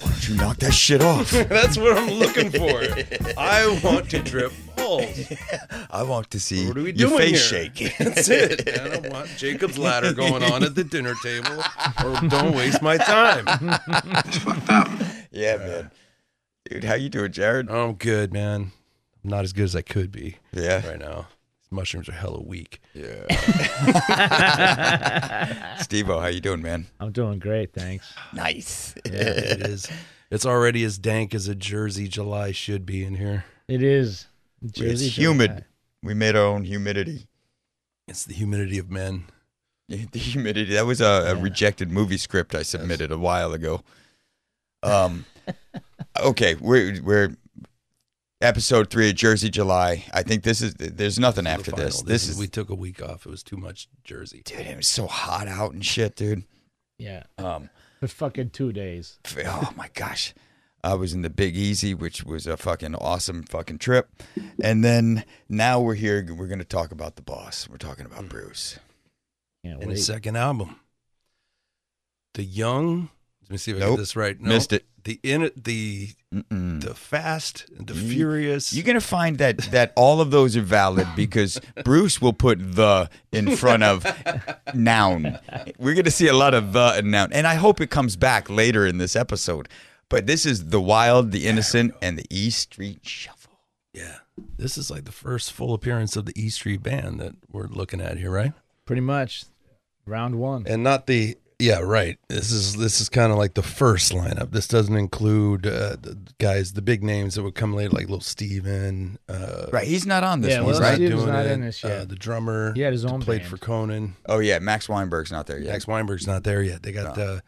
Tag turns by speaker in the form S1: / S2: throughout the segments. S1: that shit off.
S2: That's what I'm looking for. I want to drip balls.
S1: I want to see
S2: What are we
S1: your
S2: doing
S1: face
S2: here?
S1: shake.
S2: That's it. man. I don't want Jacob's ladder going on at the dinner table. Or don't waste my time.
S1: yeah, man. Dude, how you doing, Jared?
S2: I'm good, man. I'm not as good as I could be
S1: Yeah.
S2: right now. These mushrooms are hella weak.
S1: Yeah. Steve how you doing, man?
S3: I'm doing great, thanks.
S1: Nice.
S2: It is. It's already as dank as a Jersey July should be in here.
S3: It is Jersey
S1: it's
S3: Joe
S1: humid.
S3: guy.
S1: We made our own humidity.
S2: It's the humidity of men.
S1: Yeah, The humidity. That was a, a rejected movie script I submitted a while ago. Um, okay, we're we're episode three of Jersey July. I think this is. There's nothing after
S2: The final.
S1: this. This, is,
S2: we took a week off. It was too much Jersey.
S1: dude. It was so hot out and shit, dude.
S3: Yeah,
S1: Um,
S3: for fucking two days.
S1: oh my gosh. I was in the Big Easy, which was a fucking awesome fucking trip. And then now we're here. We're going to talk about the boss. We're talking about Bruce.
S3: Can't
S2: And uh,
S3: wait.
S2: his second album, The Young. Let me see if I
S1: Nope.
S2: get this right. No.
S1: Missed it.
S2: The in the
S1: Mm-mm.
S2: the fast and the furious.
S1: You're gonna find that that all of those are valid because Bruce will put the in front of noun. We're gonna see a lot of the and noun, and I hope it comes back later in this episode. But this is the wild, the innocent, and the E Street Shuffle.
S2: yeah. This is like the first full appearance of the E Street Band that we're looking at here, right?
S3: Pretty much round one.
S2: and not the yeah right this is this is kind of like the first lineup this doesn't include uh the guys the big names that would come later like little steven uh
S1: Right, he's not on this
S3: Yeah,
S1: one,
S3: well,
S1: right?
S3: Steve- Steven's not in this yet.
S2: Uh, the drummer
S3: He had his
S2: that
S3: own
S2: played
S3: band.
S2: for conan
S1: Oh yeah, Max Weinberg's not there yet.
S2: max weinberg's not there yet they got uh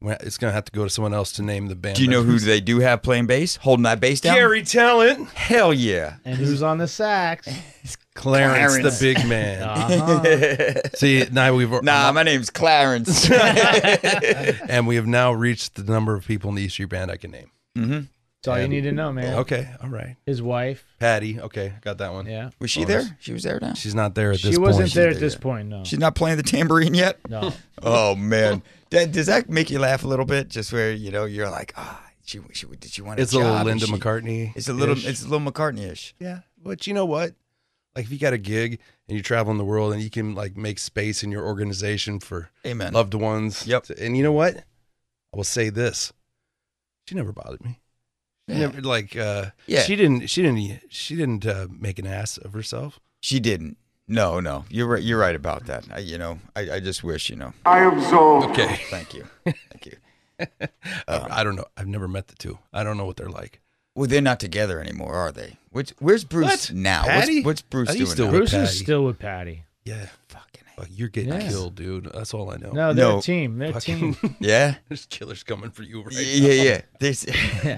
S2: well, it's gonna have to go to someone else to name the band
S1: Do you know who
S2: members.
S1: they do have playing bass, holding that bass down?
S2: gary talent
S1: Hell yeah!
S3: And who's on the sax?
S2: clarence,
S1: Clarence.
S2: the big man
S3: Uh-huh.
S2: see now we've
S1: Nah, my name's Clarence.
S2: and we have now reached the number of people in the e street band i can name
S3: That's all you need to know, man.
S2: okay all right
S3: His wife.
S2: patty okay I got that one
S3: Yeah.
S1: was she there? She was there now.
S2: She's not there at this
S3: She wasn't
S2: point.
S3: there at this point, no.
S1: She's not playing the tambourine yet.
S3: No.
S1: Oh man, that, does that make you laugh a little bit? Just where you know you're like, ah, she, she did she want a
S2: It's a
S1: job?
S2: little
S1: And
S2: Linda
S1: she-
S2: McCartney.
S1: It's a little, it's a little McCartney-ish.
S2: yeah. But you know what? Like if you got a gig and you're traveling the world and you can like make space in your organization for
S1: Amen.
S2: loved ones.
S1: Yep.
S2: to- and you know what? I will say this: she never bothered me. She
S1: Yeah.
S2: Never like uh,
S1: Yeah.
S2: She didn't. She didn't. She didn't uh, make an ass of herself.
S1: She didn't. No, no, you're right. You're right about that. I, you know, I, I just wish you know.
S4: I absolve.
S2: Okay.
S1: Thank you, thank you. Um,
S2: Uh, I don't know. I've never met the two. I don't know what they're like.
S1: well, they're not together anymore, are they? Which, where's Bruce
S2: What?
S1: now? What's-
S2: Patty?
S1: What's, Bruce
S2: Are you
S1: doing?
S2: still-
S1: now?
S3: Bruce
S2: Patty.
S3: is still with Patty.
S2: Yeah.
S1: Fucking hell.
S2: Fuck, you're getting
S3: Yeah.
S2: killed, dude. That's all I know.
S3: No, they're
S1: No.
S3: a team. They're a
S2: Fucking-
S3: team.
S1: Yeah.
S2: There's killers coming for you right
S1: yeah, yeah, yeah. There's,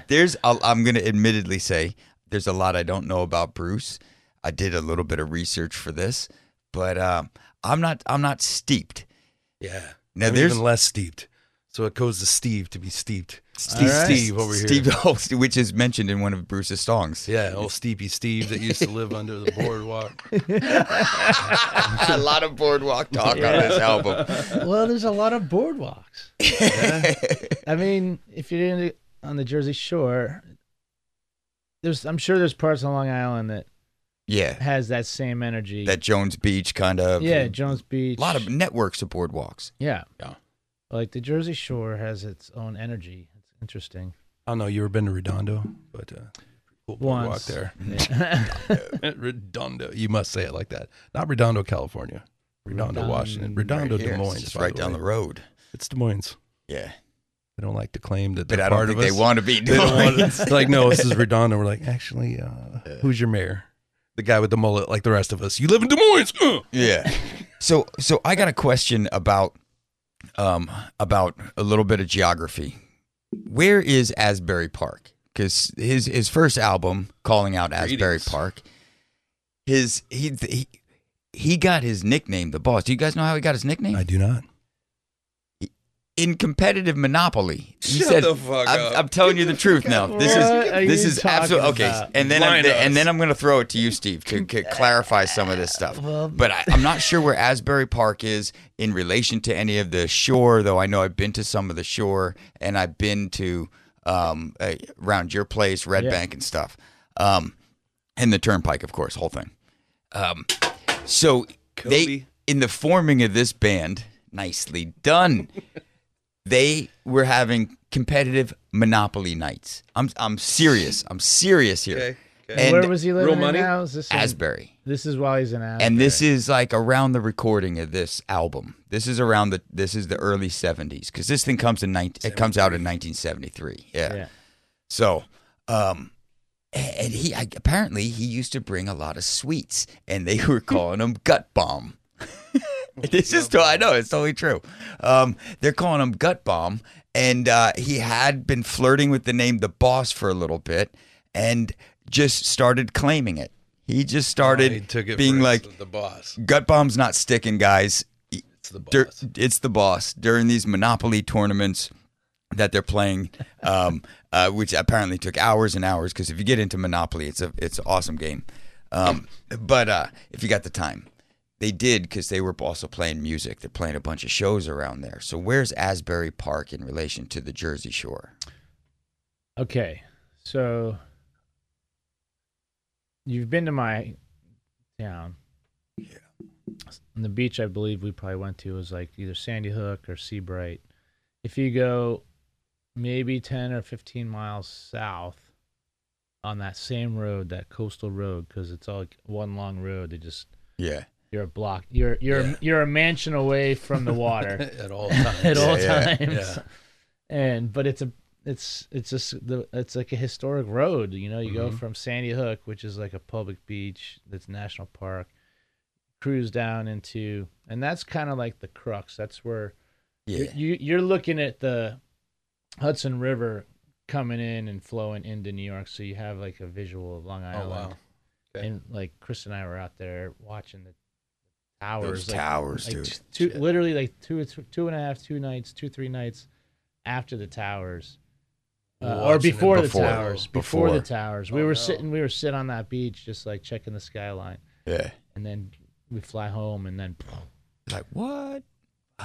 S1: there's. I'll, I'm gonna admittedly say there's a lot I don't know about Bruce. I did a little bit of research for this, but um, I'm not. I'm not steeped.
S2: Yeah.
S1: Now,
S2: I'm
S1: there's-
S2: even less steeped. So it goes to Steve to be steeped.
S1: Steve,
S3: right.
S2: Steve over here.
S1: Steve, oh, Steve- which is mentioned in one of Bruce's songs.
S2: Yeah, old Steepy Steve that used to live under the boardwalk.
S1: a lot of boardwalk talk on this album.
S3: well, there's a lot of boardwalks. I mean, if you're in the, on the Jersey Shore, there's I'm sure there's parts on Long Island that
S1: Yeah,
S3: has that same energy.
S1: that Jones Beach kind of.
S3: yeah, Jones Beach.
S1: a lot of networks of boardwalks.
S3: yeah.
S2: Yeah.
S3: Like the Jersey Shore has its own energy. It's interesting.
S2: I don't know, you ever been to Redondo? But uh, cool boardwalk
S3: Once.
S2: there.
S3: Yeah.
S2: Redondo. You must say it like that. Not Redondo, California. Redondo,
S3: Redondo,
S2: Washington. Redondo,
S1: Right here.
S2: Des
S1: It's
S2: Moines.
S1: just
S2: by
S1: right down the
S2: way.
S1: road.
S2: It's Des Moines.
S1: Yeah,
S2: They don't like to claim that
S1: but
S2: they're
S1: I don't
S2: part
S1: think
S2: of
S1: they
S2: us.
S1: want to be.
S2: They don't want
S1: Des
S2: it. Like, no, this is Redondo. We're like, actually, uh, who's your mayor? The guy with the mullet, like the rest of us. You live in Des Moines. uh!
S1: Yeah. So so I got a question about um about a little bit of geography. Where is Asbury Park? Because his his first album, calling out Asbury
S2: Greetings.
S1: Park, his he, he he got his nickname, the boss. Do you guys know how he got his nickname?
S2: I do not.
S1: In competitive Monopoly, he
S2: Shut
S1: said,
S2: the fuck
S1: I'm,
S2: up.
S1: I'm telling you the truth now. This
S3: What are
S1: is this
S3: you
S1: is
S3: talking
S1: absolutely okay.
S3: about? uh,
S1: And then I'm,
S2: Blind us.
S1: and then I'm going to throw it to you, Steve, to, c clarify some of this stuff.
S3: Well-
S1: But I, I'm not sure where Asbury Park is in relation to any of the shore, though. I know I've been to some of the shore, and I've been to um, uh, around your place, Red
S3: Yeah.
S1: Bank, and stuff, um, and the Turnpike, of course, whole thing. Um, so
S4: Kobe.
S1: they in the forming of this band, nicely done. they were having competitive Monopoly nights. I'm I'm serious. I'm serious here.
S4: Okay, okay.
S1: And
S3: Where was he living in
S4: money?
S3: now? Is this in-
S1: Asbury?
S3: This is while he's in Asbury.
S1: and this is like around the recording of this album. This is around the this is the early '70s because this thing comes in 19, it comes out in 1973. Yeah.
S3: yeah.
S1: So, um, a- and he I, apparently he used to bring a lot of sweets, and they were calling him gut bomb. this is to- I know it's totally true. Um, they're calling him gut bomb, and uh, he had been flirting with the name the boss for a little bit, and just started claiming it. He just started
S2: Oh, He took it
S1: being
S2: for
S1: like,
S2: the boss.
S1: gut bomb's not sticking, guys.
S2: It's the boss.
S1: Dur- it's the boss during these Monopoly tournaments that they're playing, um, uh, which apparently took hours and hours. Because if you get into Monopoly, it's a it's an awesome game. Um, but uh, if you got the time, they did because they were also playing music. They're playing a bunch of shows around there. So where's Asbury Park in relation to the Jersey Shore?
S3: Okay, so you've been to my town. Yeah. And the beach, I believe we probably went to was like either Sandy Hook or Seabright. If you go maybe ten or fifteen miles south on that same road, that coastal road, because it's all like one long road. They just
S1: Yeah,
S3: you're a block. You're you're you're a mansion away from the water
S2: at all times.
S3: at all
S1: Yeah,
S3: times. And but it's a it's it's just the it's like a historic road. You know, you
S1: Mm-hmm.
S3: go from Sandy Hook, which is like a public beach that's national park, cruise down into, and that's kind of like the crux. That's where
S1: yeah,
S3: you you're looking at the Hudson River coming in and flowing into New York, so you have like a visual of
S1: Oh,
S3: Long Island.
S2: wow. Okay.
S3: And like Chris and I were out there watching the
S1: those
S3: towers, like,
S1: towers,
S3: like
S1: dude.
S3: t- two, literally like two, two, two and a half, two nights, two, three nights after the towers, uh, or
S2: Watching it
S3: before,
S1: before.
S3: the towers, before,
S1: Before. Oh,
S3: the towers. We were sitting, we were sitting on that beach, just like checking the skyline,
S1: Yeah,
S3: and then we fly home, and then
S1: like what?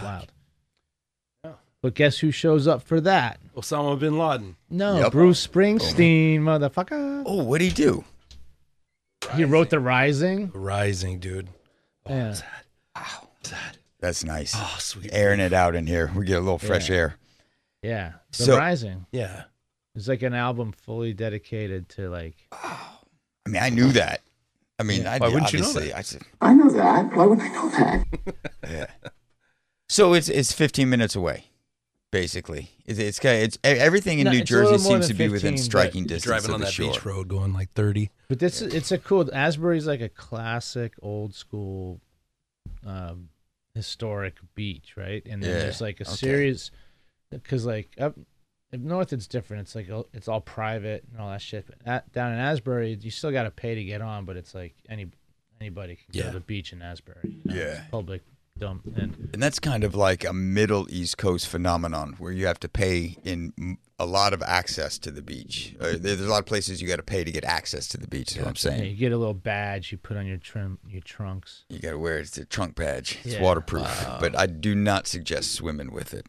S3: wild. But guess who shows up for that?
S2: Osama bin Laden.
S3: No,
S1: Yep.
S3: Bruce Springsteen, motherfucker.
S1: Oh, what would he do?
S3: He wrote The Rising.
S2: Rising, dude.
S3: Yeah.
S1: That's nice.
S2: Oh, sweet.
S1: Airing it out in here, we get a little fresh
S3: Yeah.
S1: air.
S3: yeah. The
S1: So-
S3: Rising.
S2: Yeah.
S3: It's like an album fully dedicated to like
S1: I mean, I knew that. I mean, I
S2: Why wouldn't you know
S1: obviously,
S2: that?
S1: I said,
S5: I know that. Why wouldn't I know that?
S1: so it's it's 15 minutes away, basically. It's it's, kinda- it's e- everything in
S3: No,
S1: New
S3: it's a little
S1: Jersey
S3: more
S1: seems to
S3: than
S1: be within
S3: 15, but-
S1: striking distance
S2: Driving
S1: of
S2: on
S1: the
S2: that
S1: shore.
S2: beach road going like 30.
S3: But this is it's a cool Asbury's like a classic old school um historic beach, right? And then
S1: Yeah,
S3: there's like a
S1: okay.
S3: series cuz like up up north it's different. It's like all- it's all private and all that shit. But at, down in Asbury, you still got to pay to get on, but it's like any anybody can go
S2: Yeah.
S3: to the beach in Asbury. you know?
S1: Yeah.
S3: It's public dump and
S1: And that's kind of like a Middle East Coast phenomenon where you have to pay in m- a lot of access to the beach. Uh, there- there's a lot of places you got to pay to get access to the beach, is what I'm
S3: yeah,
S1: saying.
S3: you get a little badge you put on your trim your trunks.
S1: You got to wear it. It's a trunk badge. It's
S3: Yeah.
S1: waterproof, but I do not suggest swimming with it.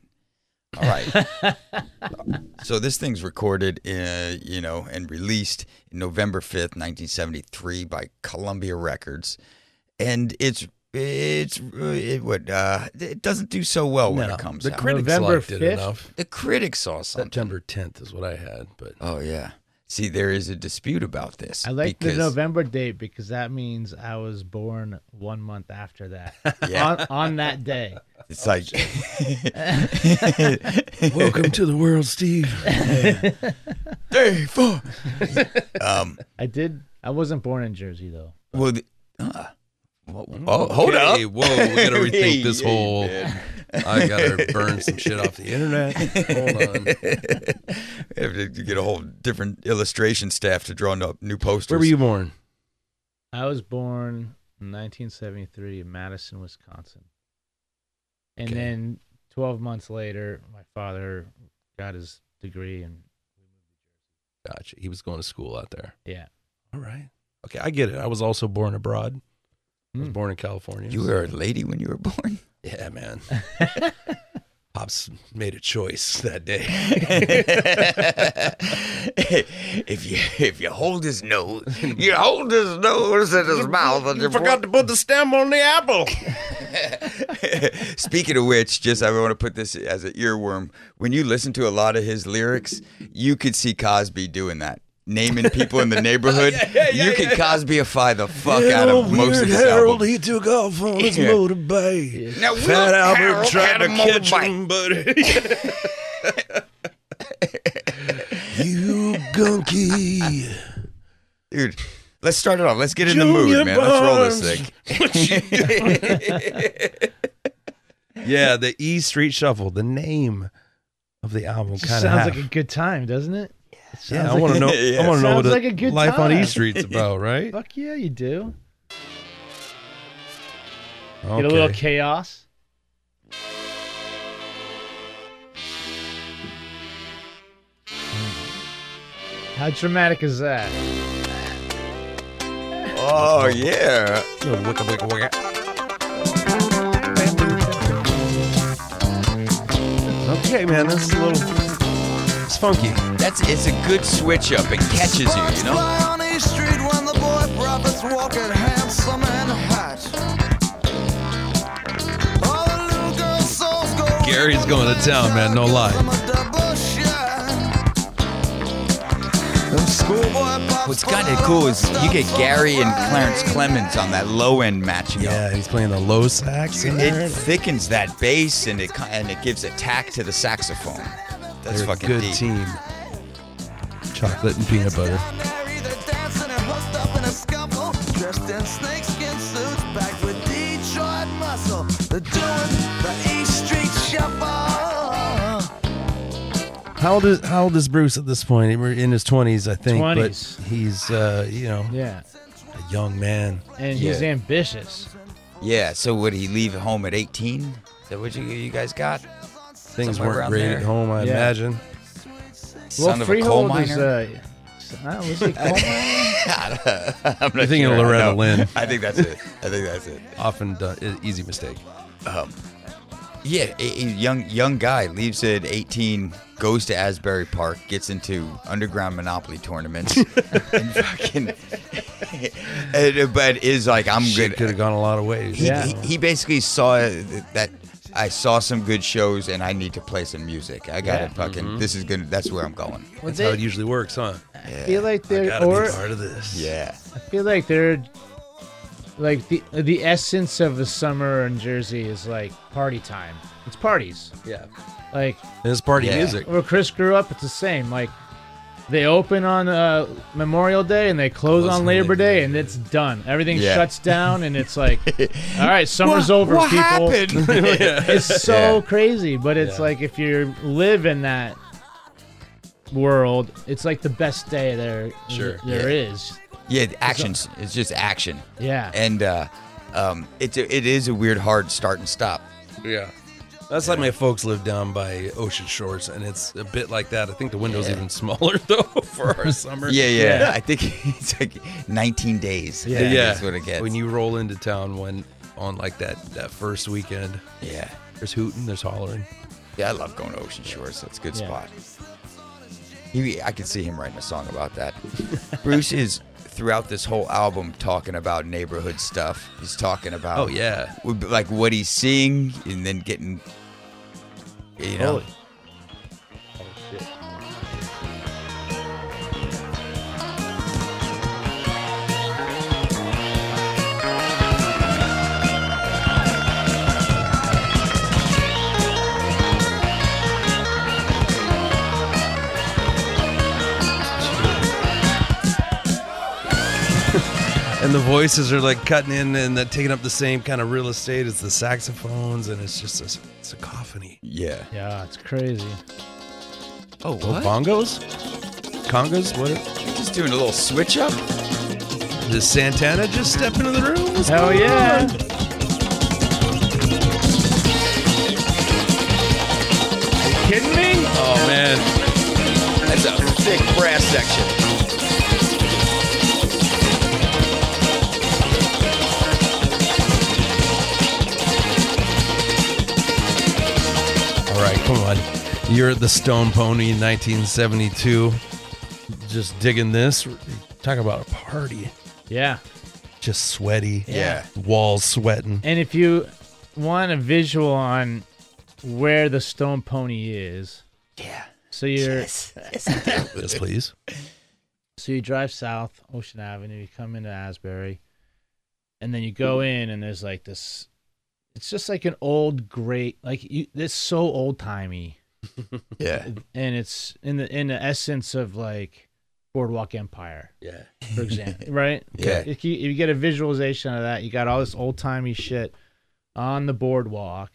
S1: All right. so this thing's recorded, uh, you know, and released November fifth, nineteen seventy three, by Columbia Records, and it's it's it would uh, it doesn't do so well when
S2: No,
S1: it comes
S2: the
S1: out.
S2: critics
S3: November
S2: liked it
S3: 5th?
S2: enough.
S1: the critics saw something.
S2: September 10th is what I had, but
S1: Oh yeah. See, there is a dispute about this.
S3: I like
S1: because,
S3: the November date because that means I was born one month after that.
S1: Yeah.
S3: on, on that day.
S1: It's like
S2: welcome to the world, Steve.
S1: day four. um.
S3: I did. I wasn't born in Jersey though.
S1: Well, the, uh, whoa, whoa, oh, hold
S2: Hey,
S1: up.
S2: whoa, we gotta rethink
S1: Hey,
S2: this
S1: hey,
S2: whole.
S1: man.
S2: I gotta burn some shit off the internet. Hold on.
S1: We have to get a whole different illustration staff to draw up new posters.
S2: Where were you born?
S3: I was born in 1973 in Madison, Wisconsin, and
S2: Okay.
S3: then 12 months later, my father got his degree, and
S2: Gotcha. He was going to school out there.
S3: yeah,
S2: All right. Okay, I get it. I was also born abroad. I was
S3: Hmm.
S2: born in California.
S1: You were a lady when you were born.
S2: Yeah, man. Pops made a choice that day.
S1: if you if you hold his nose, you hold his nose in his mouth. And you forgot
S2: to put the stem on the apple.
S1: Speaking of which, just I want to put this as an earworm. When you listen to a lot of his lyrics, you could see Cosby doing that. Naming people in the neighborhood, you could Cosbyify the fuck out of most of his
S2: Harold,
S1: album.
S2: he took off on his
S1: Yeah.
S2: motorbike.
S1: Now, Will
S2: Fat
S1: Harold
S2: Albert tried
S1: had a
S2: to catch
S1: motorbike.
S2: him, but you gunky.
S1: dude. Let's start it off. Let's get in the mood, man. Let's roll this thing.
S2: Yeah, the E Street Shuffle, the name of the album,
S3: Just
S2: kind of
S3: sounds like a good time, doesn't it? It sounds
S2: Yeah, I
S3: like
S2: want to know.
S1: Yeah.
S2: I want to know what
S3: Sounds
S2: the
S3: like a good
S2: life on
S3: time.
S2: E Street's about, right?
S3: Fuck yeah, you do.
S2: Okay.
S3: Get a little chaos. How dramatic is that?
S1: Oh yeah.
S2: little wicka wicka wicka. Okay, man, that's a little. It's funky.
S1: That's it's a good switch up. It catches you, you know.
S4: Fly on East Street when the boy prophets walking handsome and hot. All the little girls' souls go
S2: Gary's going to town, man, no lie.
S4: Give 'em a double shot. Them schoolboy pops
S1: What's kind of cool is you get Gary and Clarence Clemens on that low end matching up.
S2: Yeah, he's playing the low sax in there.
S1: It thickens that bass and it ki- and it gives attack to the saxophone. That's
S2: They're a
S1: fucking
S2: good
S1: deep.
S2: team. Chocolate and peanut butter.
S4: Down there, either dancing or hooked up in a scuffle. Dressed in snakeskin suits, back with Detroit muscle. They're doing the East Street Shuffle.
S2: How old is How old is Bruce at this point? We're in his twenties, I think.
S3: 20s.
S2: But he's, uh, you know,
S3: Yeah,
S2: a young man.
S3: and he's
S1: Yeah.
S3: ambitious.
S1: Yeah. So would he leave home at 18? Is that what you, you guys got?
S2: Things
S1: Somewhere
S2: weren't
S1: around
S2: great
S1: there.
S2: at home, I
S3: Yeah.
S2: imagine.
S1: Son of a coal miner.
S3: is uh, s- I don't know, was he a coal miner?
S2: uh,
S1: I'm not
S2: You're thinking of
S1: sure.
S2: Loretta
S1: No.
S2: Lynn.
S1: I think that's it. I think that's it.
S2: Often done, e- easy mistake.
S1: Yeah, a, a young young guy leaves at 18, goes to Asbury Park, gets into underground Monopoly tournaments, and fucking, and, uh, but is like I'm
S2: Shit could
S1: good.
S2: have gone a lot of ways.
S1: He,
S3: Yeah.
S1: he, he basically saw that I saw some good shows and I need to play some music. I gotta
S3: Yeah.
S1: fucking this is gonna that's where I'm going.
S3: Well,
S2: That's how it
S3: they,
S2: usually works, huh?
S3: I feel like
S2: I
S3: they're
S2: gotta
S3: or
S2: be part of this.
S1: Yeah,
S3: I feel like they're like the the essence of the summer in Jersey is like party time. It's parties.
S2: yeah.
S3: Like
S2: And it's party
S1: Yeah.
S2: music.
S3: where Chris grew up, it's the same. Like they open on uh, Memorial Day and they close,
S2: Close
S3: on
S2: on
S3: Labor
S2: Labor
S3: Day, and it's done. Everything
S1: Yeah.
S3: shuts down, and it's like, all right, summer's
S1: What-
S3: over,
S1: What
S3: people.
S1: happened?
S3: It's so
S1: Yeah.
S3: crazy, but it's
S2: Yeah.
S3: like if you live in that world, it's like the best day there
S2: Sure.
S3: there is.
S1: yeah, actions. It's just action,
S3: Yeah.
S1: and uh, um, it's a, it is a weird hard start and stop.
S2: Yeah. That's like my folks live down by Ocean Shores, and it's a bit like that. I think the window's even smaller though for our summer.
S1: Yeah, yeah.
S3: Yeah.
S1: I think it's like 19 days.
S3: Yeah.
S1: I think
S2: yeah.
S1: That's what it gets.
S2: When you roll into town, when on like that that first weekend,
S1: yeah.
S2: there's hooting, there's hollering.
S1: Yeah, I love going to Ocean Shores. That's a good
S3: Yeah.
S1: spot. He, I could see him writing a song about that. Bruce is throughout this whole album talking about neighborhood stuff. He's talking about
S2: Oh yeah,
S1: would be like what he's seeing and then getting you know
S3: Holy.
S2: and the voices are like cutting in and that taking up the same kind of real estate as the saxophones, and it's just a cacophony.
S1: yeah
S3: Yeah, it's crazy.
S1: oh
S2: Oh, bongos, congos, what?
S1: just doing a little switch up
S2: Did Santana just step into the room? What's
S3: Hell
S2: going
S3: yeah.
S2: on?
S3: Kidding me?
S2: Oh man,
S1: that's a thick brass section
S2: all right, Come on. You're at the Stone Pony in 1972. Just digging this. Talk about a party.
S3: Yeah.
S2: Just sweaty.
S1: Yeah.
S2: Walls sweating.
S3: And if you want a visual on where the stone pony is,
S1: Yeah.
S3: so you're
S2: Yes, please.
S3: so you drive south Ocean Avenue, you come into Asbury, and then you go in and there's like this it's just like an old great like you it's so old timey.
S1: Yeah.
S3: And it's in the in the essence of like Boardwalk Empire,
S2: Yeah.
S3: for example. right?
S1: Yeah.
S3: If you, if you get a visualization of that, you got all this old timey shit on the boardwalk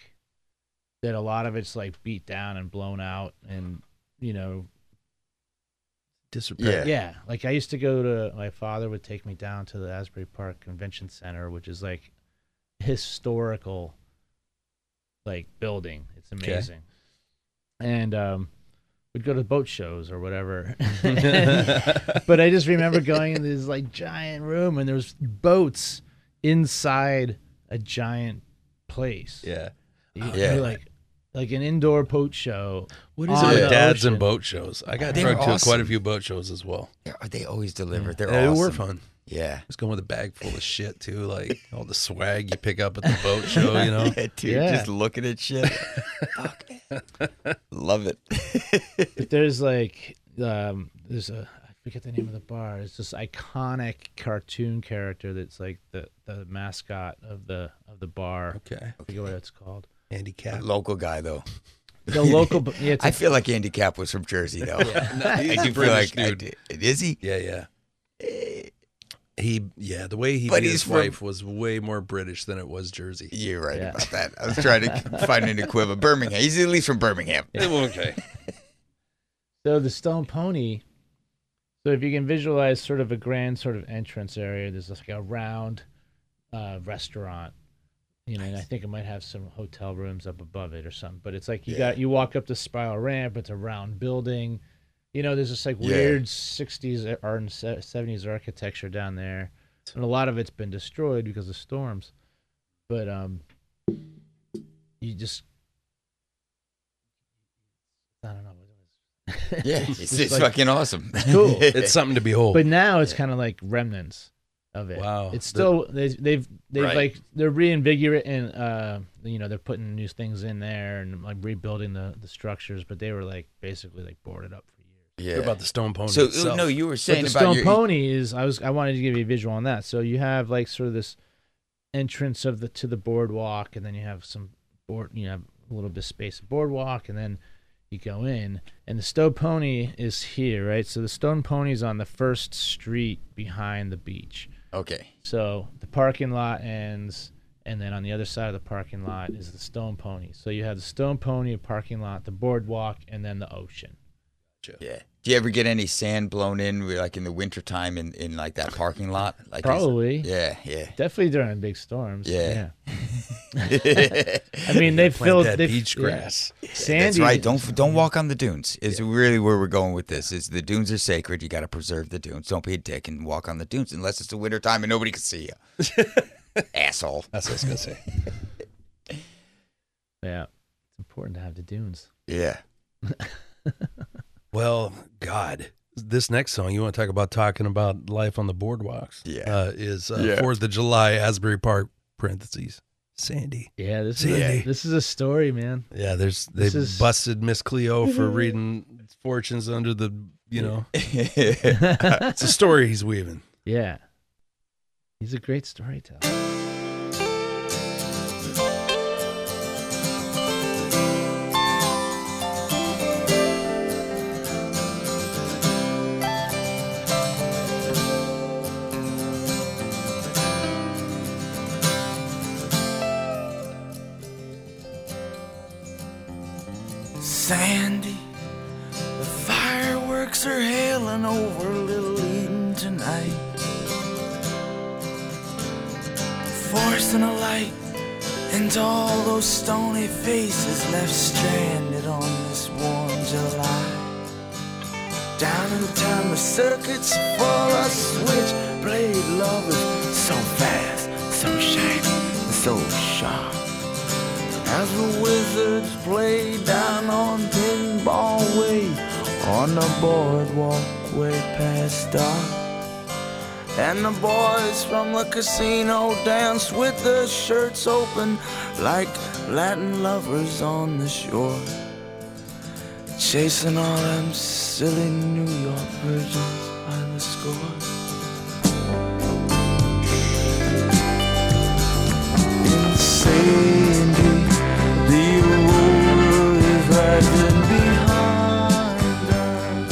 S3: that a lot of it's like beat down and blown out and you know
S1: Yeah.
S2: Disrepair.
S3: yeah like i used to go to my father would take me down to the asbury park convention center which is like historical like building it's amazing and um we'd go to boat shows or whatever but i just remember going in this like giant room and there's boats inside a giant place
S2: Yeah.
S3: You- you're
S1: Yeah.
S3: like like an indoor boat show
S2: What
S3: is
S2: is
S3: it
S2: it?
S3: with
S2: with Dads
S3: ocean?
S2: and boat shows. I got
S1: They were
S2: drugged to quite
S1: awesome.
S2: a few boat shows as well.
S1: Yeah, They always deliver. They're
S2: They
S1: awesome.
S2: were fun.
S1: Yeah.
S2: Just going with a bag full of shit too, like all the swag you pick up at the boat show. You know.
S1: Yeah, dude.
S3: Yeah.
S1: Just looking at shit. Fuck, man. Love it.
S3: But there's like um there's a I forget the name of the bar. It's this iconic cartoon character that's like the the mascot of the of the bar.
S2: Okay.
S3: I forget what it's called.
S2: Andy Cap.
S1: Local guy though.
S3: The local yeah, it's
S1: I
S3: a,
S1: feel like Andy Cap was from Jersey though. I do feel
S2: British
S1: like I
S2: dude.
S1: did- is he?
S2: Yeah, yeah. He, yeah, the way he
S1: Eh. But
S2: beat
S1: he's
S2: his
S1: from-
S2: wife was way more British than it was Jersey.
S1: You're right
S3: Yeah.
S1: about that. I was trying to find an equivalent. Birmingham. He's at least from Birmingham.
S2: Okay.
S3: so the stone pony so if you can visualize sort of a grand sort of entrance area, there's like a round uh, restaurant. You know, and I think it might have some hotel rooms up above it or something. But it's like you
S1: Yeah.
S3: got you walk up the spiral ramp. It's a round building. You know, there's this like
S1: Yeah.
S3: weird '60s ar- ar- and se- '70s architecture down there, and a lot of it's been destroyed because of storms. But um, you just I don't know.
S1: Yeah, it's,
S3: just
S1: it's
S3: like-
S1: fucking awesome.
S3: cool.
S2: It's something to behold.
S3: But now it's kind of like remnants of it.
S2: Wow.
S3: It's
S2: The-
S3: still they, they've they've
S1: Right.
S3: like they're reinvigorating. Uh, you know, they're putting new things in there and like rebuilding the the structures. But they were like basically like boarded up for years.
S1: yeah.
S2: What about the Stone Pony?
S1: so uh,
S2: itself?
S1: no, you were
S3: But
S1: saying
S3: the
S1: about
S3: stone
S1: your e
S3: pony is I was I wanted to give you a visual on that. So you have like sort of this entrance of the to the boardwalk, and then you have some board. You have a little bit of space of boardwalk, and then you go in, and the stone pony is here, right? So the stone pony is on the first street behind the beach.
S1: e-, okay.
S3: So the parking lot ends, and then on the other side of the parking lot is the Stone Pony. So you have the Stone Pony, a parking lot, the boardwalk, and then the ocean.
S1: Yeah. Do you ever get any sand blown in, with, like in the wintertime in, in like that parking lot? Like is-
S3: Probably.
S1: Yeah, yeah.
S3: Definitely during big storms.
S1: Yeah.
S3: I mean, they
S2: Plant
S3: filled
S2: that
S3: they
S2: beach
S3: yeah.
S2: grass.
S3: Sandy.
S1: That's right. Don't don't walk on the dunes. Is really where we're going with this. Is the dunes are sacred. You got to preserve the dunes. Don't be a dick and walk on the dunes unless it's the winter time and nobody can see you. Asshole.
S2: That's what I was gonna say.
S3: Yeah. It's important to have the dunes.
S1: Yeah.
S2: Well, God, this next song you want to talk about talking about life on the boardwalks?
S1: Yeah.
S2: uh, is uh,
S1: Yeah.
S2: Fourth of July, Asbury Park (parentheses Sandy).
S3: Yeah. This is
S2: is a-
S3: a,
S2: Sandy.
S3: this is a story, man.
S2: Yeah, there's they
S3: This is-
S2: busted Miss Cleo for reading fortunes under the you know. It's a story he's weaving.
S3: Yeah. He's a great storyteller.
S4: Sandy, the fireworks are hailing over Little Eden tonight. Forcing a light into all those stony faces left stranded on this warm July. Down in the town, the circuits for a switch blade lovers, so fast, so shiny, so sharp. as the Wizards play down on Pinball Way on the boardwalk way past dark. And the boys from the casino danced with their shirts open like Latin lovers on the shore. Chasing all them silly New York virgins by the score. In Sandy, the aurora is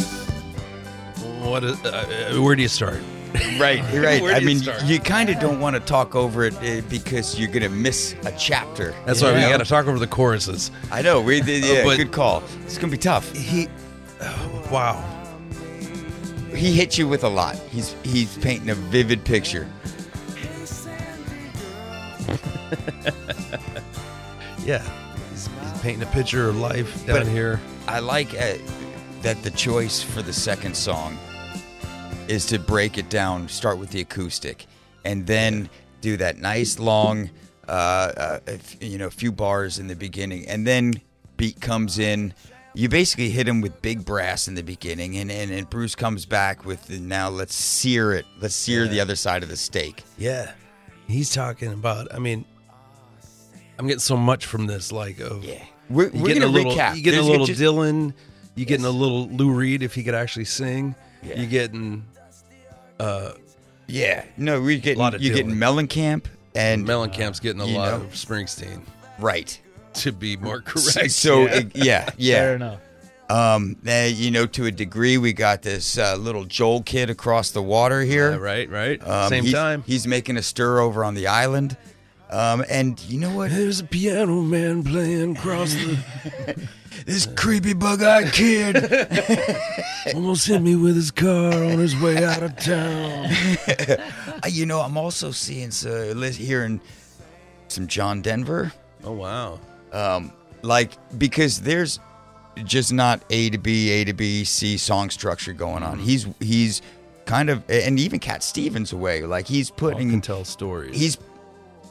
S4: rising behind us.
S2: What? Is, uh, uh, where do you start?
S1: Right, right.
S2: Where do
S1: I
S2: you
S1: mean,
S2: start?
S1: you kind of don't want to talk over it uh, because you're going to miss a chapter.
S2: That's why we got to talk over the choruses.
S1: I know. We did. Yeah,
S2: but-
S1: good call. It's going to be tough.
S2: He, wow,
S1: He hits you with a lot. He's he's painting a vivid picture.
S2: yeah, he's, he's painting a picture of life down
S1: But-
S2: here.
S1: I like uh, that the choice for the second song is to break it down, start with the acoustic, and then do that nice long, uh, uh, if- you know, few bars in the beginning, and then beat comes in. You basically hit him with big brass in the beginning, and, and, and Bruce comes back with the, now let's sear it, let's sear the other side of the steak.
S2: Yeah, he's talking about. I mean, I'm getting so much from this. Like, of
S1: we're,
S2: you
S1: we're
S2: getting
S1: gonna
S2: a little,
S1: recap.
S2: you getting
S1: There's
S2: a little
S1: just-
S2: Dylan, you getting a little Lou Reed if he could actually sing.
S1: Yeah.
S2: You getting
S1: yeah, no, we're getting
S2: Lot of
S1: you're getting Mellencamp and
S2: Mellencamp's getting a
S1: you
S2: lot
S1: know.
S2: of Springsteen.
S1: right.
S2: To be more
S1: So,
S2: correct,
S1: so
S3: Yeah.
S1: it- yeah,
S3: Fair
S1: yeah.
S3: enough.
S1: Um, eh, you know, to a degree, we got this uh, little Joel kid across the water here.
S2: Yeah, right, right.
S1: Um,
S2: Same
S1: he's-
S2: time.
S1: he's making a stir over on the island. Um, and you know what?
S2: There's a piano man playing across the.
S1: This creepy bug-eyed kid.
S2: Almost hit me with his car on his way out of town.
S1: Uh, you know, I'm also seeing, so, lis- hearing some John Denver.
S2: Oh wow.
S1: um, like because there's just not A to B, A to B, C song structure going
S2: Mm-hmm.
S1: on. He's he's kind of and even Cat Stevens away, like he's
S2: Putting
S1: putting
S2: can tell stories.
S1: he's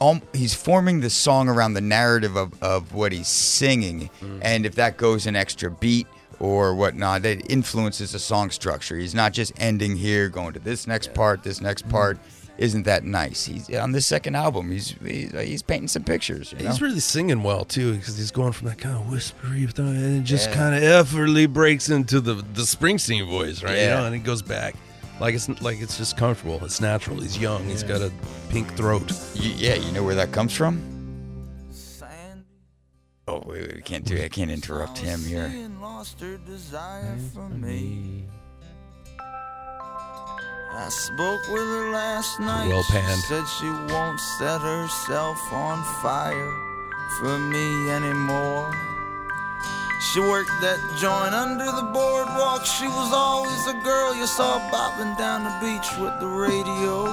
S1: um, he's forming the song around the narrative of, of what he's singing, and if that goes an extra beat or whatnot, that influences the song structure. He's not just ending here, going to this next part, this next part. Isn't that nice? He's on this second album. He's he's, uh, he's painting some pictures. You know?
S2: He's really singing well too, because he's going from that kind of whispery thing, and it just kind of effortly breaks into the the Springsteen voice, right?
S1: Yeah.
S2: You know, and it goes back, like it's like it's just comfortable. It's natural. He's young. He's got a pink throat.
S1: You, yeah, you know where that comes from?
S4: Sandy
S1: Oh, wait, wait, we can't do. I can't interrupt him here.
S4: Sin lost her desire for me. I spoke with her last night.
S2: well panned.
S4: She said she won't set herself on fire for me anymore. She worked that joint under the boardwalk. She was always a girl you saw bopping down the beach with the radio.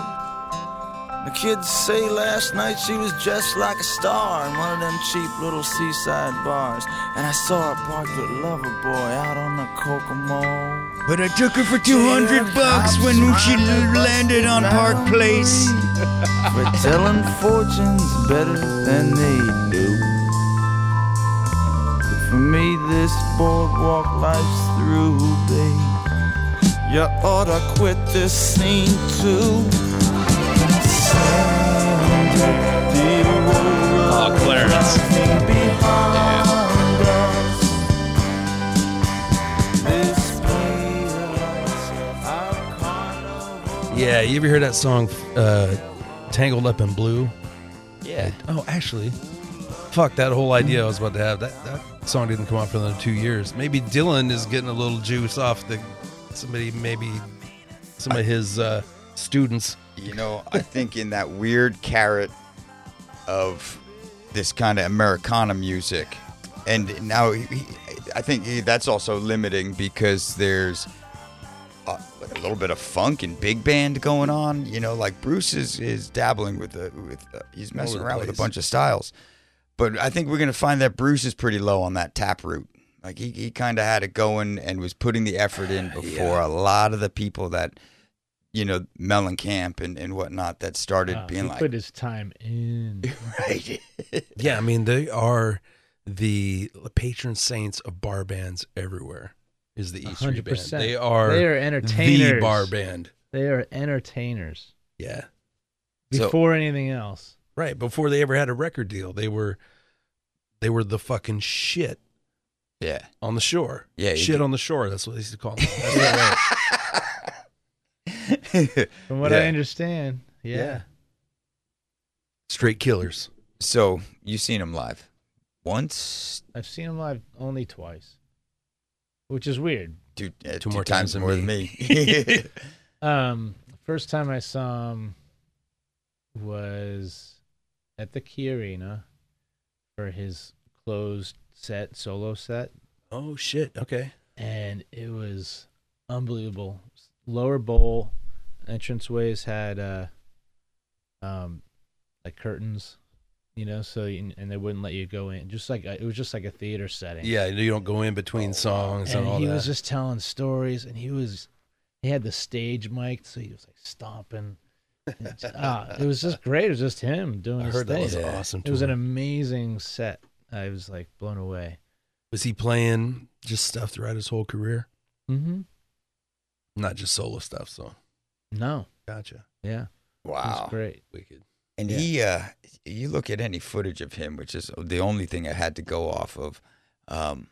S4: The kids say last night she was dressed like a star in one of them cheap little seaside bars. And I saw her parked with Lover Boy out on the Kokomo.
S1: But I took her for two hundred bucks when she landed on Park Place.
S4: We're telling fortunes better than they do. But for me, this boardwalk life's through, babe. You oughta quit this scene too. Sandy, the aurora
S2: Oh, Clarence.
S4: rising behind us. This pale lights are carnival.
S2: Yeah, you ever hear that song, uh, "Tangled Up in Blue"?
S1: Yeah,
S2: Oh, actually, fuck that whole idea I was about to have. That that song didn't come out for another two years. Maybe Dylan is getting a little juice off the somebody, maybe some of his uh, students.
S1: you know, I think in that weird carrot of this kind of Americana music, and now he- he- I think he- that's also limiting because there's a, a little bit of funk and big band going on. You know, like Bruce is is dabbling with the with uh, he's messing
S2: over the
S1: around with a
S2: place.
S1: bunch of styles. But I think we're gonna find that Bruce is pretty low on that tap route. Like he, he kind of had it going and was putting the effort in before a lot of the people that you know, Mellencamp and, and whatnot that started
S3: Wow,
S1: being
S3: Ah, he
S1: like,
S3: put his time in.
S1: right.
S2: Yeah, I mean they are the patron saints of bar bands everywhere. Is the E Street band?
S3: 100%.
S2: They are
S3: They are
S2: the
S3: entertainers.
S2: bar band.
S3: They are entertainers
S2: Yeah,
S1: So-
S3: before anything else.
S2: right. Before they ever had a record deal, they were they were the fucking shit
S1: yeah.
S2: on the shore.
S1: Yeah, you
S2: shit
S1: could-
S2: on the shore. That's what they used to call them. That's
S3: From what
S1: Yeah.
S3: I understand, yeah.
S2: Yeah. Straight killers.
S1: so you seen him live once,
S3: I've seen him live only twice, which is weird.
S1: two, uh, two,
S2: Two more
S1: times,
S2: times than
S1: more than me.
S3: Um, first time I saw him was at the Key Arena for his closed set, solo set,
S2: Oh shit. Okay.
S3: and it was unbelievable. Lower bowl entranceways had uh, um, like curtains, you know, so you, and they wouldn't let you go in. Just like a, it was just like a theater setting.
S2: Yeah, you don't go in
S1: Oh,
S2: between songs and,
S3: and
S2: all
S3: he
S2: that.
S3: was just telling stories and he was he had the stage mic so he was like stomping And it's- ah, it was just great it was just him doing
S2: I
S3: his
S2: heard that
S3: thing
S2: was
S1: Yeah.
S2: awesome.
S3: it was
S2: tour.
S3: an amazing set i was like blown away
S2: was he playing just stuff throughout his whole career,
S3: mm-hmm
S2: not just solo stuff. So
S3: no
S2: gotcha.
S3: yeah it was
S1: wow.
S3: great
S2: Wicked.
S1: And
S3: Yeah.
S1: he, uh, you look at any footage of him, which is the only thing I had to go off of. Um,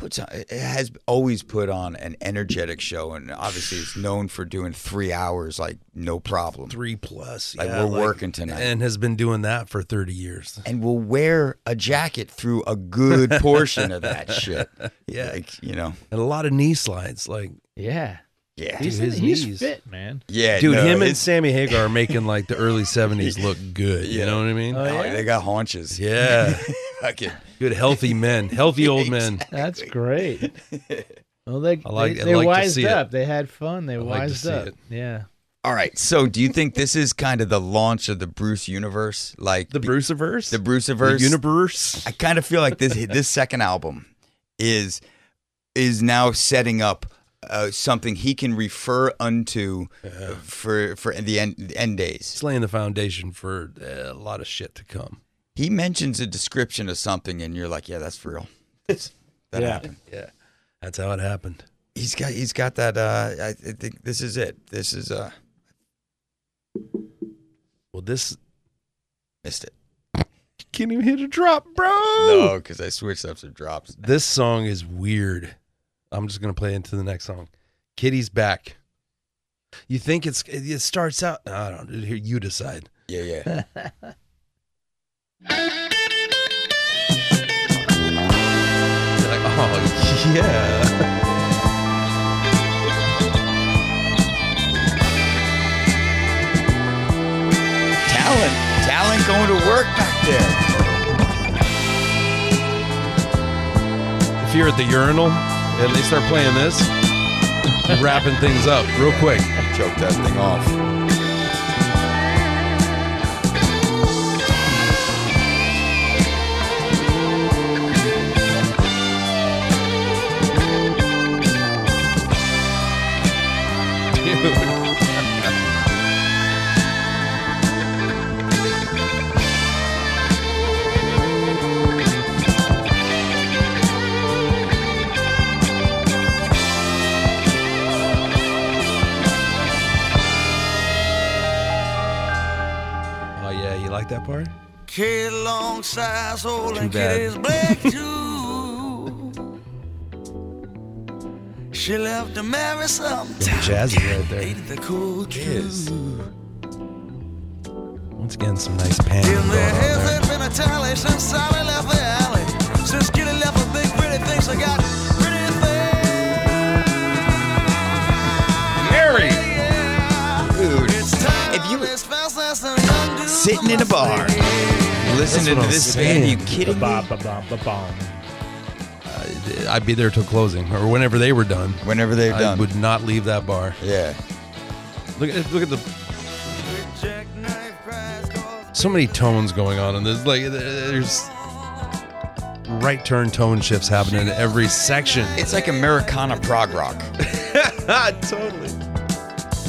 S1: puts on, it has always put on an energetic show, and obviously it's known for doing three hours like no problem.
S2: Three plus.
S1: Like,
S2: yeah,
S1: we're working tonight.
S2: and has been doing that for thirty years.
S1: and will wear a jacket through a good portion of that shit.
S2: Yeah.
S1: like, you know,
S2: and a lot of knee slides. Like,
S3: yeah
S1: yeah,
S2: Dude,
S3: he's,
S2: his
S3: he's
S2: knees.
S3: fit man
S1: yeah,
S2: dude,
S1: no,
S2: him and
S1: it's-
S2: Sammy Hagar are making like the early seventies look good. You
S1: Yeah.
S2: know what I mean?
S3: Oh,
S1: Oh,
S3: yeah?
S1: they got haunches.
S2: yeah,
S1: Fucking-
S2: good healthy men, healthy old men.
S3: that's great well they,
S2: I like-
S3: they,
S2: I'd
S3: they
S2: like to see it.
S3: wised up they had fun they
S2: I'd
S3: wised
S2: like to see
S3: up
S2: it.
S3: yeah
S1: All right, so do you think this is kind of the launch of the Bruce universe? Like
S2: The
S1: be-
S2: Bruceverse,
S1: the
S2: the
S1: Bruceverse.
S2: universe.
S1: I kind of feel like this this second album is is now setting up uh, something he can refer unto uh, for for the end the end days.
S2: It's laying the foundation for uh, a lot of shit to come.
S1: He mentions a description of something, and you're like, yeah, that's real. That's, that
S3: Yeah.
S1: happened.
S2: Yeah, that's how it happened.
S1: He's got he's got that. Uh, I, I think this is it. This is uh
S2: Well, this
S1: missed it.
S2: can't even hit a drop, bro.
S1: No, because I switched up some drops.
S2: This song is weird. I'm just gonna play into the next song. Kitty's back. You think it's it starts out? I don't. know. Here, you decide.
S1: Yeah, yeah.
S2: You're like, oh yeah.
S1: Talent, talent going to work back there.
S2: If you're at the urinal and they start playing this, you're wrapping things up real quick.
S1: Choke that thing off.
S2: Dude. Oh yeah, you like that part?
S4: Kid long size hole and
S2: bad.
S4: kid is black too. she left to marry some
S2: Jazzy right there.
S4: Ain't the cool kids.
S2: Once again, some nice pan.
S4: In their heads there's been a tally since Sally left the alley. Since Kitty left a big pretty things I got pretty thing.
S2: Gary!
S4: Yeah.
S1: Dude,
S4: It's time
S1: If you-
S4: as fast as I can undo
S1: Sitting in a bar.
S4: myself.
S1: listen
S2: That's what
S1: to
S2: I'm
S1: this
S2: saying.
S1: band. You kidding me?
S3: ba ba ba ba bomb
S2: I'd be there till closing or whenever they were done.
S1: Whenever they're
S2: I
S1: done.
S2: would not leave that bar.
S1: Yeah.
S2: Look at look at the
S4: Jackknife cries 'cause
S2: so many tones going on in this. Like uh, there's right turn tone shifts happening in every section.
S1: It's like Americana prog rock.
S2: totally.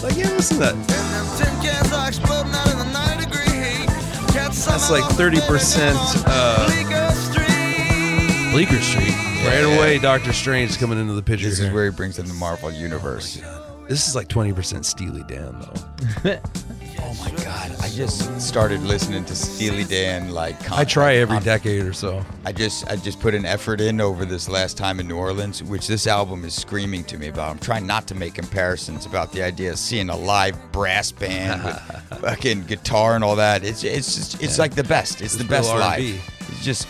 S2: Like, yeah, listen to that.
S4: And them tin cans are exploding out in the 9 degree heat. Cats
S2: That's
S4: selling
S2: like
S4: off
S2: 30%,
S4: on
S2: uh,
S4: Bleecker Street.
S2: Bleecker Street. right
S1: yeah.
S2: away, Doctor Strange coming into the picture.
S1: This
S2: here.
S1: is where he brings in the Marvel universe.
S2: This is like 20% Steely Dan, though.
S1: Oh my god! I just started listening to Steely Dan like.
S2: I try every
S1: on-
S2: decade or so.
S1: I just I just put an effort in over this last time in New Orleans, which this album is screaming to me about. I'm trying not to make comparisons about the idea of seeing a live brass band with fucking guitar and all that. It's it's just, it's like the best. It's, the
S2: real
S1: best
S2: R&B.
S1: live. It's just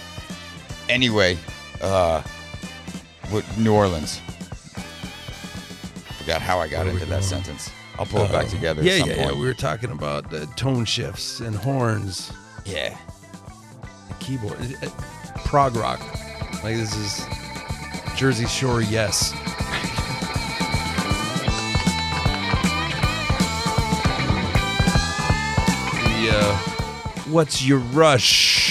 S1: anyway, uh, what New Orleans. Forgot how I got
S2: Where we
S1: into that
S2: going?
S1: sentence. I'll pull it back together.
S2: Yeah,
S1: at some
S2: yeah, yeah.
S1: point.
S2: We were talking about uh, tone shifts and horns,
S1: yeah.
S2: and keyboard, uh, prog rock. Like, this is Jersey Shore, yes. the, uh, what's your rush?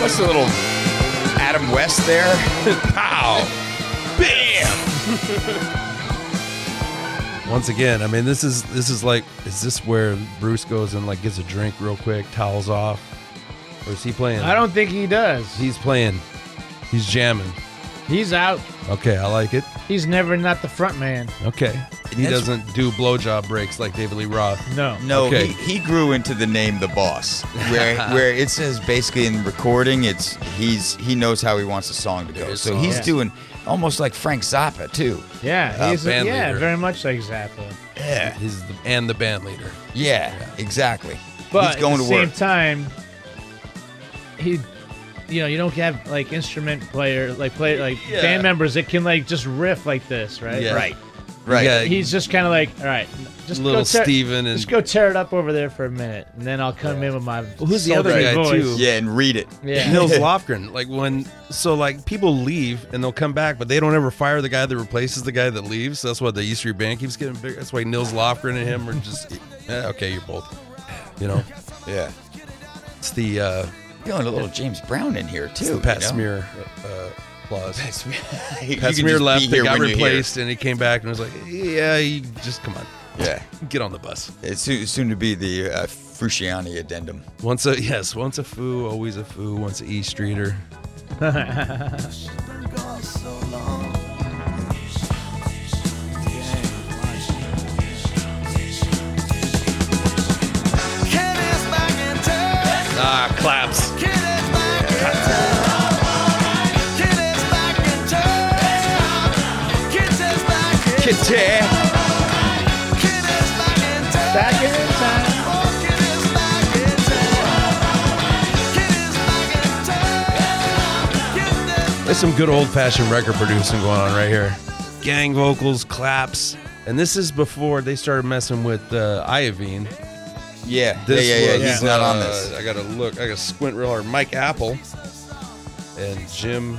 S1: What's the little Adam West there? Pow! Bam!
S2: Once again, I mean, this is this is like, is this where Bruce goes and like gets a drink real quick, towels off, or is he playing?
S3: I don't think he does.
S2: He's playing. He's jamming.
S3: He's out.
S2: Okay, I like it.
S3: He's never not the front man.
S2: Okay. He
S1: That's-
S2: doesn't do blowjob breaks like David Lee Roth.
S3: No.
S1: No,
S2: Okay.
S1: he, he grew into the name the boss, where where it says basically in recording, it's he's he knows how he wants the song to go,
S2: His
S1: so
S2: song.
S1: he's
S3: Yeah.
S1: doing almost like Frank Zappa too.
S3: Yeah.
S2: Uh,
S3: He's
S2: band
S3: yeah,
S2: leader.
S3: very much like Zappa.
S1: Yeah,
S2: He's the, and the band leader.
S1: yeah, exactly.
S3: But
S1: he's going
S3: at the
S1: to
S3: same
S1: work.
S3: time, he, you know, you don't have like instrument player, like play like
S2: Yeah.
S3: band members that can like just riff like this, right?
S2: Yeah.
S1: Right, right.
S2: Yeah,
S3: He's just kind of like, all right, just
S2: Little
S3: go tear,
S2: Steven and-
S3: just go tear it up over there for a minute, and then I'll come in with my.
S2: who's the other
S3: sultry
S2: guy,
S3: voice.
S2: too?
S1: Yeah, and read it.
S3: Yeah.
S2: Nils Lofgren. Like when, so like people leave and they'll come back, but they don't ever fire the guy that replaces the guy that leaves. That's why the East Street Band keeps getting bigger. That's why Nils Lofgren and him are just, eh, okay, you're both. You know,
S1: Yeah,
S2: it's the, uh,
S1: feeling a little James Brown in here
S2: it's
S1: too.
S2: the Pat
S1: you know?
S2: Smear uh, clause.
S1: You can
S2: Pat
S1: just
S2: Smear
S1: be
S2: left,
S1: here
S2: they got
S1: when you're here.
S2: replaced, and he came back and was like, yeah, you just come on,
S1: Yeah,
S2: get on the bus.
S1: it's soon, soon to be the uh, Frusciante addendum.
S2: Once a yes, once a foo, always a foo. Once a E Streeter.
S4: Been gone so long. Kid is back in town.
S2: Ah, claps.
S4: Kid is back in town. Kid is back in town. Kid is back in- Kid is back in town.
S3: Back in time.
S4: Oh, kid is back in town. Kid is back in town. Kid is
S2: There's some good old fashioned record producing going on right here. Gang vocals, claps, and this is before they started messing with uh, Iovine.
S1: Yeah,
S2: This
S1: yeah, yeah, yeah.
S2: was,
S1: He's not on
S2: uh,
S1: this.
S2: I gotta look. I gotta squint real hard. Mike Apple and Jim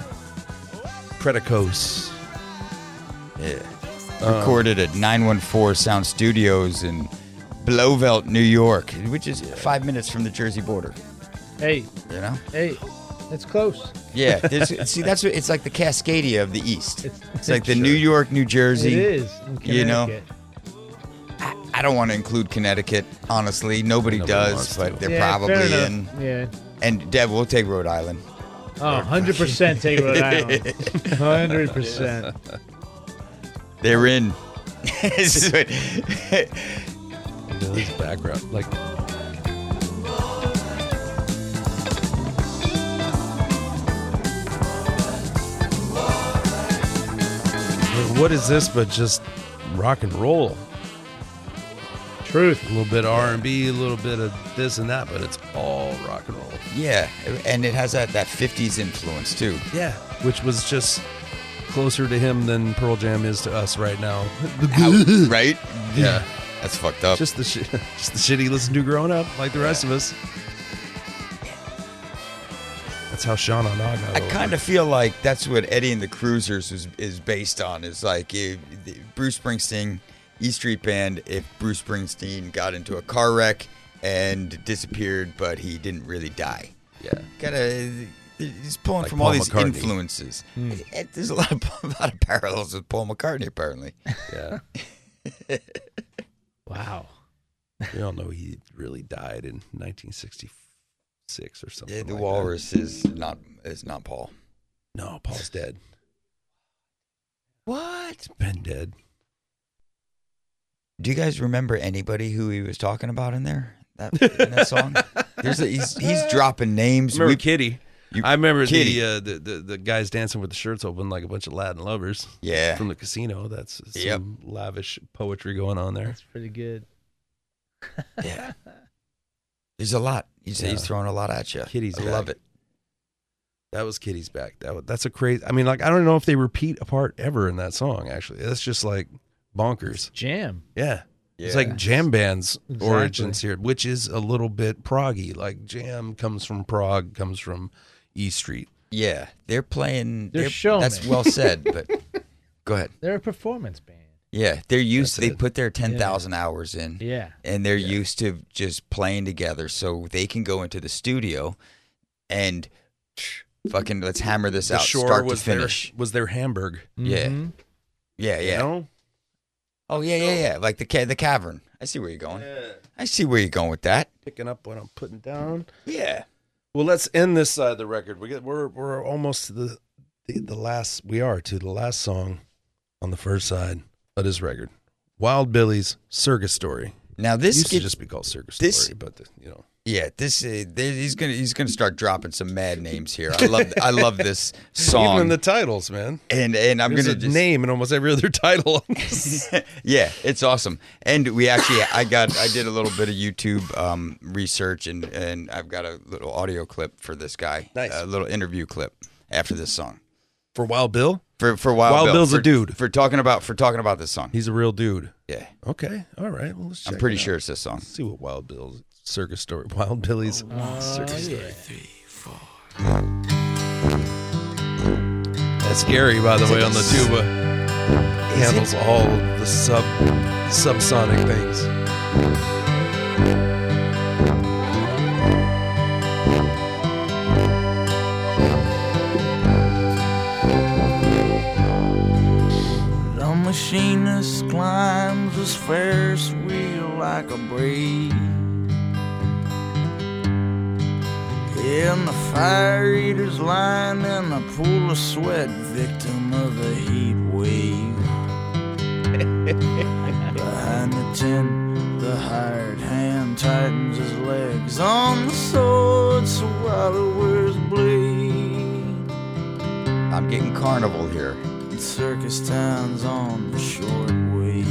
S2: Predicose.
S1: recorded at 914 Sound Studios in Blowveld, New York, which is five minutes from the Jersey border.
S3: Hey,
S1: You know?
S3: hey, it's close.
S1: Yeah. this- see, that's what it's like the Cascadia of the East.
S3: It's-
S1: It's like the New York, New
S3: It
S1: Jersey.
S3: is. in
S1: you know,
S3: Connecticut.
S1: I don't want to include Connecticut, honestly. Nobody,
S2: Nobody wants
S1: does,
S2: to.
S1: but they're
S3: Yeah, fair
S1: probably
S3: enough.
S1: in.
S3: Yeah.
S1: And Deb, we'll take Rhode Island.
S3: Oh, 100% take Rhode Island. 100%.
S1: They're in. So-
S2: Look at this background, like what is this but just rock and roll?
S3: Truth.
S2: A little bit R and B, a little bit of this and that, but it's all rock and roll.
S1: yeah. And it has that, that 50s influence, too.
S2: Yeah, which was just closer to him than Pearl Jam is to us right now.
S1: Out, right?
S2: yeah,
S1: That's fucked up.
S2: just the shit, just the shit he listened to growing up, like the rest of us. That's how Sean on Ogden.
S1: I kind of feel like that's what Eddie and the Cruisers is, is based on. Is like eh, the- Bruce Springsteen E Street Band if Bruce Springsteen got into a car wreck and disappeared, but he didn't really die.
S2: Yeah.
S1: Kind of. He's pulling
S2: Like
S1: from
S2: Paul
S1: all these
S2: McCartney. Hmm.
S1: influences. It- There's a lot, of, a lot of parallels with Paul McCartney, apparently.
S2: Yeah.
S3: Wow.
S2: we all know he really died in 1966 or something.
S1: Yeah, the
S2: like that.
S1: Walrus is not is not Paul.
S2: No, Paul's dead.
S1: What?
S2: Been dead.
S1: Do you guys remember anybody who he was talking about in there? That, in that song? There's a, he's he's dropping names.
S2: Remember
S1: We-
S2: Kitty?
S1: you-
S2: I remember
S1: Kitty.
S2: The, uh, the the the guys dancing with the shirts open like a bunch of Latin lovers
S1: yeah.
S2: from the casino. That's some
S1: Yep.
S2: lavish poetry going on there.
S3: That's pretty good.
S1: Yeah. There's a lot. He's,
S2: Yeah.
S1: he's throwing a lot at you.
S2: Kitty's
S1: I love
S2: back.
S1: it.
S2: That was Kitty's back. That was, that's a crazy. I mean, like I don't know if they repeat a part ever in that song. Actually, that's just like bonkers.
S3: Jam.
S2: Yeah. It's
S1: Yeah.
S2: like jam band's
S3: Exactly.
S2: origins here, which is a little bit proggy. Like jam comes from Prague, comes from E Street.
S1: Yeah. They're playing.
S3: They're
S1: That's
S3: showmen.
S1: well said, but go ahead.
S3: They're a performance band.
S1: Yeah. They're used.
S2: That's
S1: they
S2: it.
S1: put their 10,000 hours in.
S3: Yeah.
S1: and they're used to just playing together so they can go into the studio and fucking let's hammer this
S2: The
S1: out
S2: shore
S1: start
S2: was
S1: to
S2: their
S1: finish
S2: was their Hamburg.
S1: Yeah.
S3: Mhm.
S1: yeah yeah
S2: You know?
S1: oh yeah yeah yeah like the ca- the cavern i see where you're going i see where you're going with that
S2: Picking up what I'm putting down.
S1: yeah
S2: Well, let's end this side of the record. We get, we're we're almost to the, the the last. We are to the last song on the first side of this record. Wild Billy's Circus Story.
S1: now
S2: This
S1: this
S2: used to
S1: gets,
S2: just be called Circus
S1: this-
S2: Story, but the, you know.
S1: yeah this uh, there- he's gonna he's gonna start dropping some mad names here i love i love this song
S2: Even in the titles, man.
S1: and and i'm
S2: There's
S1: gonna
S2: a
S1: just,
S2: name in almost every other title.
S1: yeah, it's awesome. And we actually, I got, I did a little bit of YouTube um, research, and and I've got a little audio clip for this guy.
S2: Nice.
S1: A little interview clip after this song.
S2: For Wild Bill,
S1: For for Wild,
S2: Wild
S1: Bill,
S2: Bill's a
S1: for-
S2: dude.
S1: for talking about for talking about this song.
S2: he's a real dude.
S1: Yeah,
S2: Okay, all right. Well, let's check
S1: I'm pretty
S2: it out.
S1: sure it's this song.
S2: Let's see what Wild Bill's Circus Story, Wild Billy's Circus Story.
S4: Three, four.
S2: That's Gary, by the way, on the tuba. handles all of the sub subsonic things.
S4: The machinist climbs his Ferris wheel like a breeze. And the fire eater's lying in a pool of sweat, victim of a heat wave. Behind the tent, the hired hand tightens his legs on the sword, so while the words bleed.
S1: I'm getting carnival here.
S4: Circus towns on the short wave.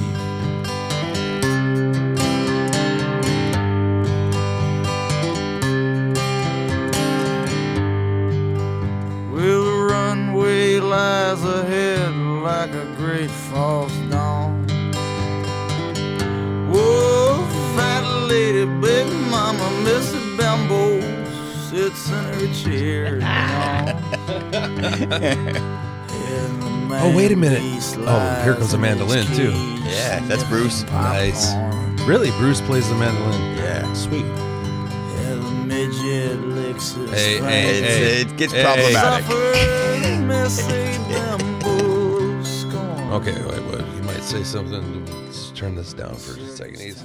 S4: Well, the runway lies ahead like a great false dawn. Whoa, fat lady, big mama, Missy Bambo sits in her chair. now.
S2: Oh, wait a minute. Oh, here comes a mandolin, too.
S1: Yeah, that's Bruce.
S2: Nice. Really, Bruce plays the mandolin.
S1: Yeah.
S2: Sweet. Hey,
S4: Hey,
S2: hey,
S1: It's,
S2: hey.
S1: It gets
S2: Hey.
S1: problematic.
S2: Okay, wait, wait, you might say something. Let's turn this down for a second. He's,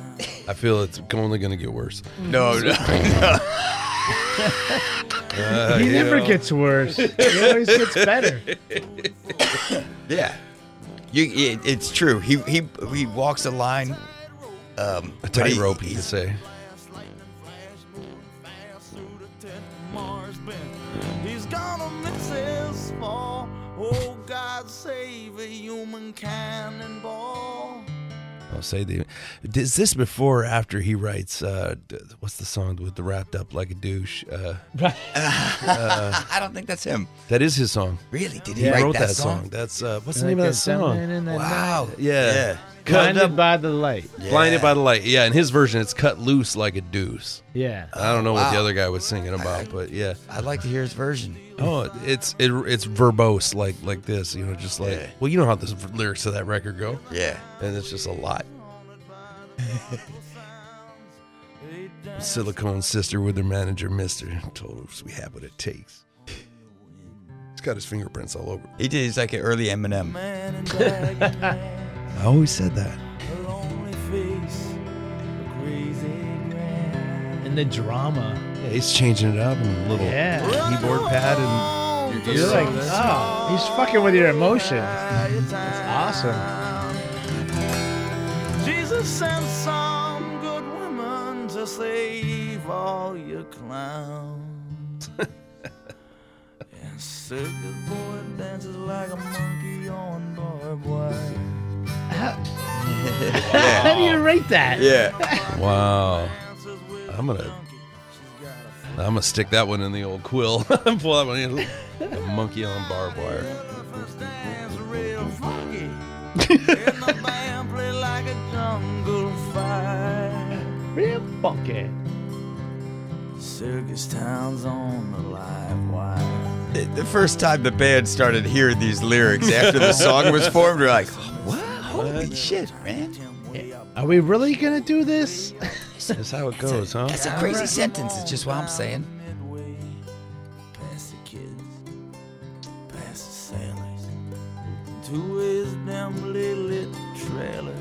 S2: I feel it's only going to get worse.
S1: No, no, no.
S2: Uh,
S3: He
S2: you
S3: never
S2: know.
S3: gets worse. He always gets better.
S1: Yeah. You, it, it's true. He he he walks a line. Um,
S2: a
S1: but he-
S2: tightrope. You
S1: he's-
S2: could say.
S4: He's gonna miss his fall. Oh, God save a human cannonball.
S2: I'll say the. Is this before or after he writes? Uh, d- what's the song with the wrapped up like a douche? Uh,
S1: I don't think that's him.
S2: that is his song.
S1: Really? Did he
S2: He
S1: write
S2: wrote
S1: that,
S2: that
S1: song?
S2: That's uh, what's the name of that
S3: Like a
S2: song?
S3: diamond in the night.
S1: Wow.
S2: Yeah.
S1: Yeah.
S2: cut
S3: Blinded
S2: up,
S3: by the light.
S2: blinded by the light. Yeah, in his version, it's cut loose like a deuce.
S3: Yeah.
S2: I don't know what the
S1: Wow.
S2: other guy was singing about, but yeah.
S1: I'd like to hear his version.
S2: Oh, it- it's it, it's verbose like like this, you know, just like
S1: Yeah.
S2: well, you know how the s- lyrics to that record go,
S1: Yeah.
S2: and it's just a lot. Silicone sister with her manager, Mister, told us we have what it takes. He's got his fingerprints all over.
S1: He did. He's like an early Eminem.
S2: I always said that.
S3: And the drama.
S2: Yeah, he's changing it up and a little
S3: Yeah.
S2: keyboard pad and your
S3: You're
S2: ears
S3: like,
S2: on this.
S3: oh, he's fucking with your emotions. It's awesome.
S4: Jesus sent some good women to save all your clowns. and circus boy dances like a monkey on barbed wire.
S3: How do you rate that?
S1: Yeah.
S2: Wow. I'm gonna I'm gonna stick that one in the old quill. Pull that one in. A monkey on barbed wire.
S4: Dance real funky. and the band play like a jungle fire.
S3: Real funky.
S4: Circus town's on the live wire.
S1: The the first time the band started hearing these lyrics after the song was formed, we're like, what? Holy shit, man.
S3: Are we really gonna do this?
S2: That's how it goes, huh?
S1: That's a crazy sentence. It's just what I'm saying.
S4: Midway, past the kids, past the sailors, to his dimly lit trailer.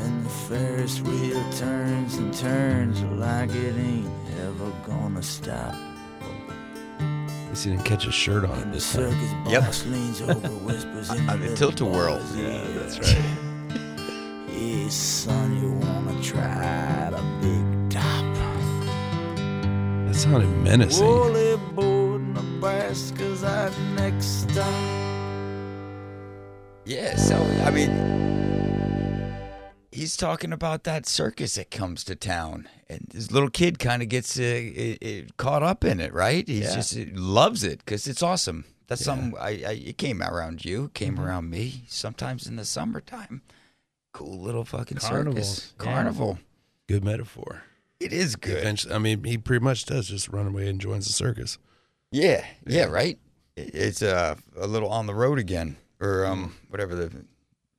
S4: And the Ferris wheel turns and turns like it ain't ever gonna stop.
S2: At least he didn't catch his shirt on
S4: And the
S2: this time.
S4: circus
S1: Yep.
S4: boss leans over, whispers in
S1: I'm in
S4: the
S1: Tilt-a-whirl.
S4: Yeah, that's right. yeah, son, you wanna try the big top?
S2: That sounded menacing.
S4: Woolly board, Nebraska's our next stop.
S1: Yeah, so I mean, he's talking about that circus that comes to town, and this little kid kind of gets uh, i i caught up in it, right? He just he loves it because it's awesome. That's something I, I it came around you, it came around me. Sometimes in the summertime, cool little fucking
S3: Carnivals,
S1: circus
S3: yeah.
S1: carnival.
S2: Good metaphor.
S1: It is good.
S2: Eventually, I mean, he pretty much does just run away and joins the circus.
S1: Yeah, yeah, right. It- It's uh, a little on the road again, or um, whatever the,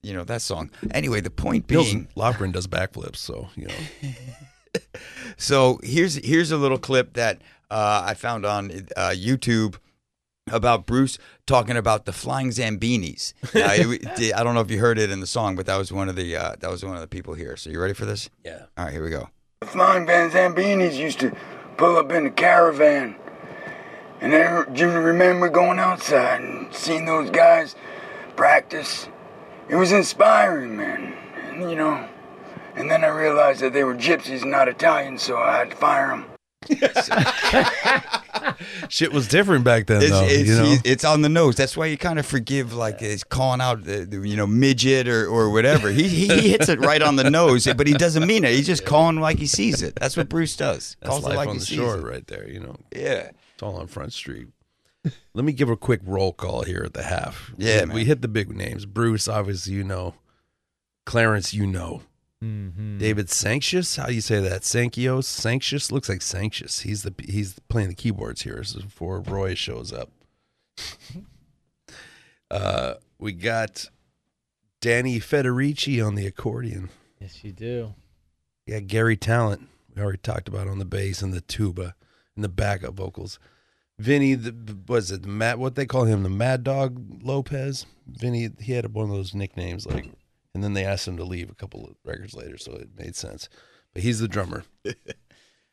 S1: you know, that song. Anyway, the point
S2: Nils
S1: being.
S2: Lofgren does backflips, so you know.
S1: So here's here's a little clip that uh, I found on uh, YouTube about Bruce talking about the flying zambinis. Now, it- I don't know if you heard it in the song, but that was one of the uh, that was one of the people here. So you ready for this?
S2: Yeah.
S1: All right, here we go.
S6: Flying Van Zambinis used to pull up in the caravan. And I do remember going outside and seeing those guys practice. It was inspiring, man. And, you know, and then I realized that they were gypsies, not Italians, so I had to fire them.
S2: Shit was different back then,
S1: It's
S2: though.
S1: it's,
S2: you know?
S1: he- it's on the nose. That's why you kind of forgive like it's calling out the, the, you know midget or, or whatever. He, he he hits it right on the nose, but he doesn't mean it. He's just calling like he sees it. That's what Bruce does.
S2: That's
S1: Calls it
S2: life
S1: like
S2: on
S1: he
S2: the
S1: sees
S2: shore,
S1: it.
S2: right there. You know,
S1: Yeah.
S2: It's all on Front Street. Let me give a quick roll call here at the half.
S1: Yeah,
S2: we,
S1: man.
S2: we hit the big names. Bruce, obviously, you know. Clarence, you know.
S3: Mm-hmm.
S2: David Sanctius, how do you say that? Sankios, Sanctius looks like Sanctius. He's the he's playing the keyboards here. This is before Roy shows up. uh, we got Danny Federici on the accordion.
S3: Yes, you do.
S2: Yeah, Gary Talent. We already talked about on the bass and the tuba and the backup vocals. Vinny, the, was it Matt? What they call him, the Mad Dog Lopez. Vinny, he had one of those nicknames, like, and then they asked him to leave a couple of records later, so it made sense. But he's the drummer.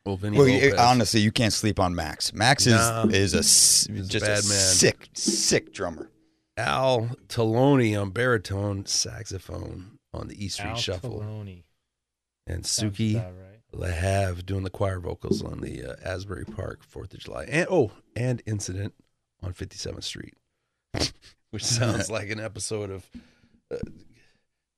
S2: Well, Vinny
S1: Well,
S2: Lopez.
S1: you, honestly, you can't sleep on Max. Max is
S2: Nah.
S1: is a s-
S2: He's a
S1: just a,
S2: bad man.
S1: sick, sick drummer.
S2: Al Talone on baritone saxophone on the E Street
S3: Al
S2: Shuffle,
S3: Filoni.
S2: and
S3: Sounds
S2: Suki.
S3: about right.
S2: Lahav doing the choir vocals on the uh, Asbury Park Fourth of July, and oh, and incident on Fifty Seventh Street, which sounds like an episode of uh,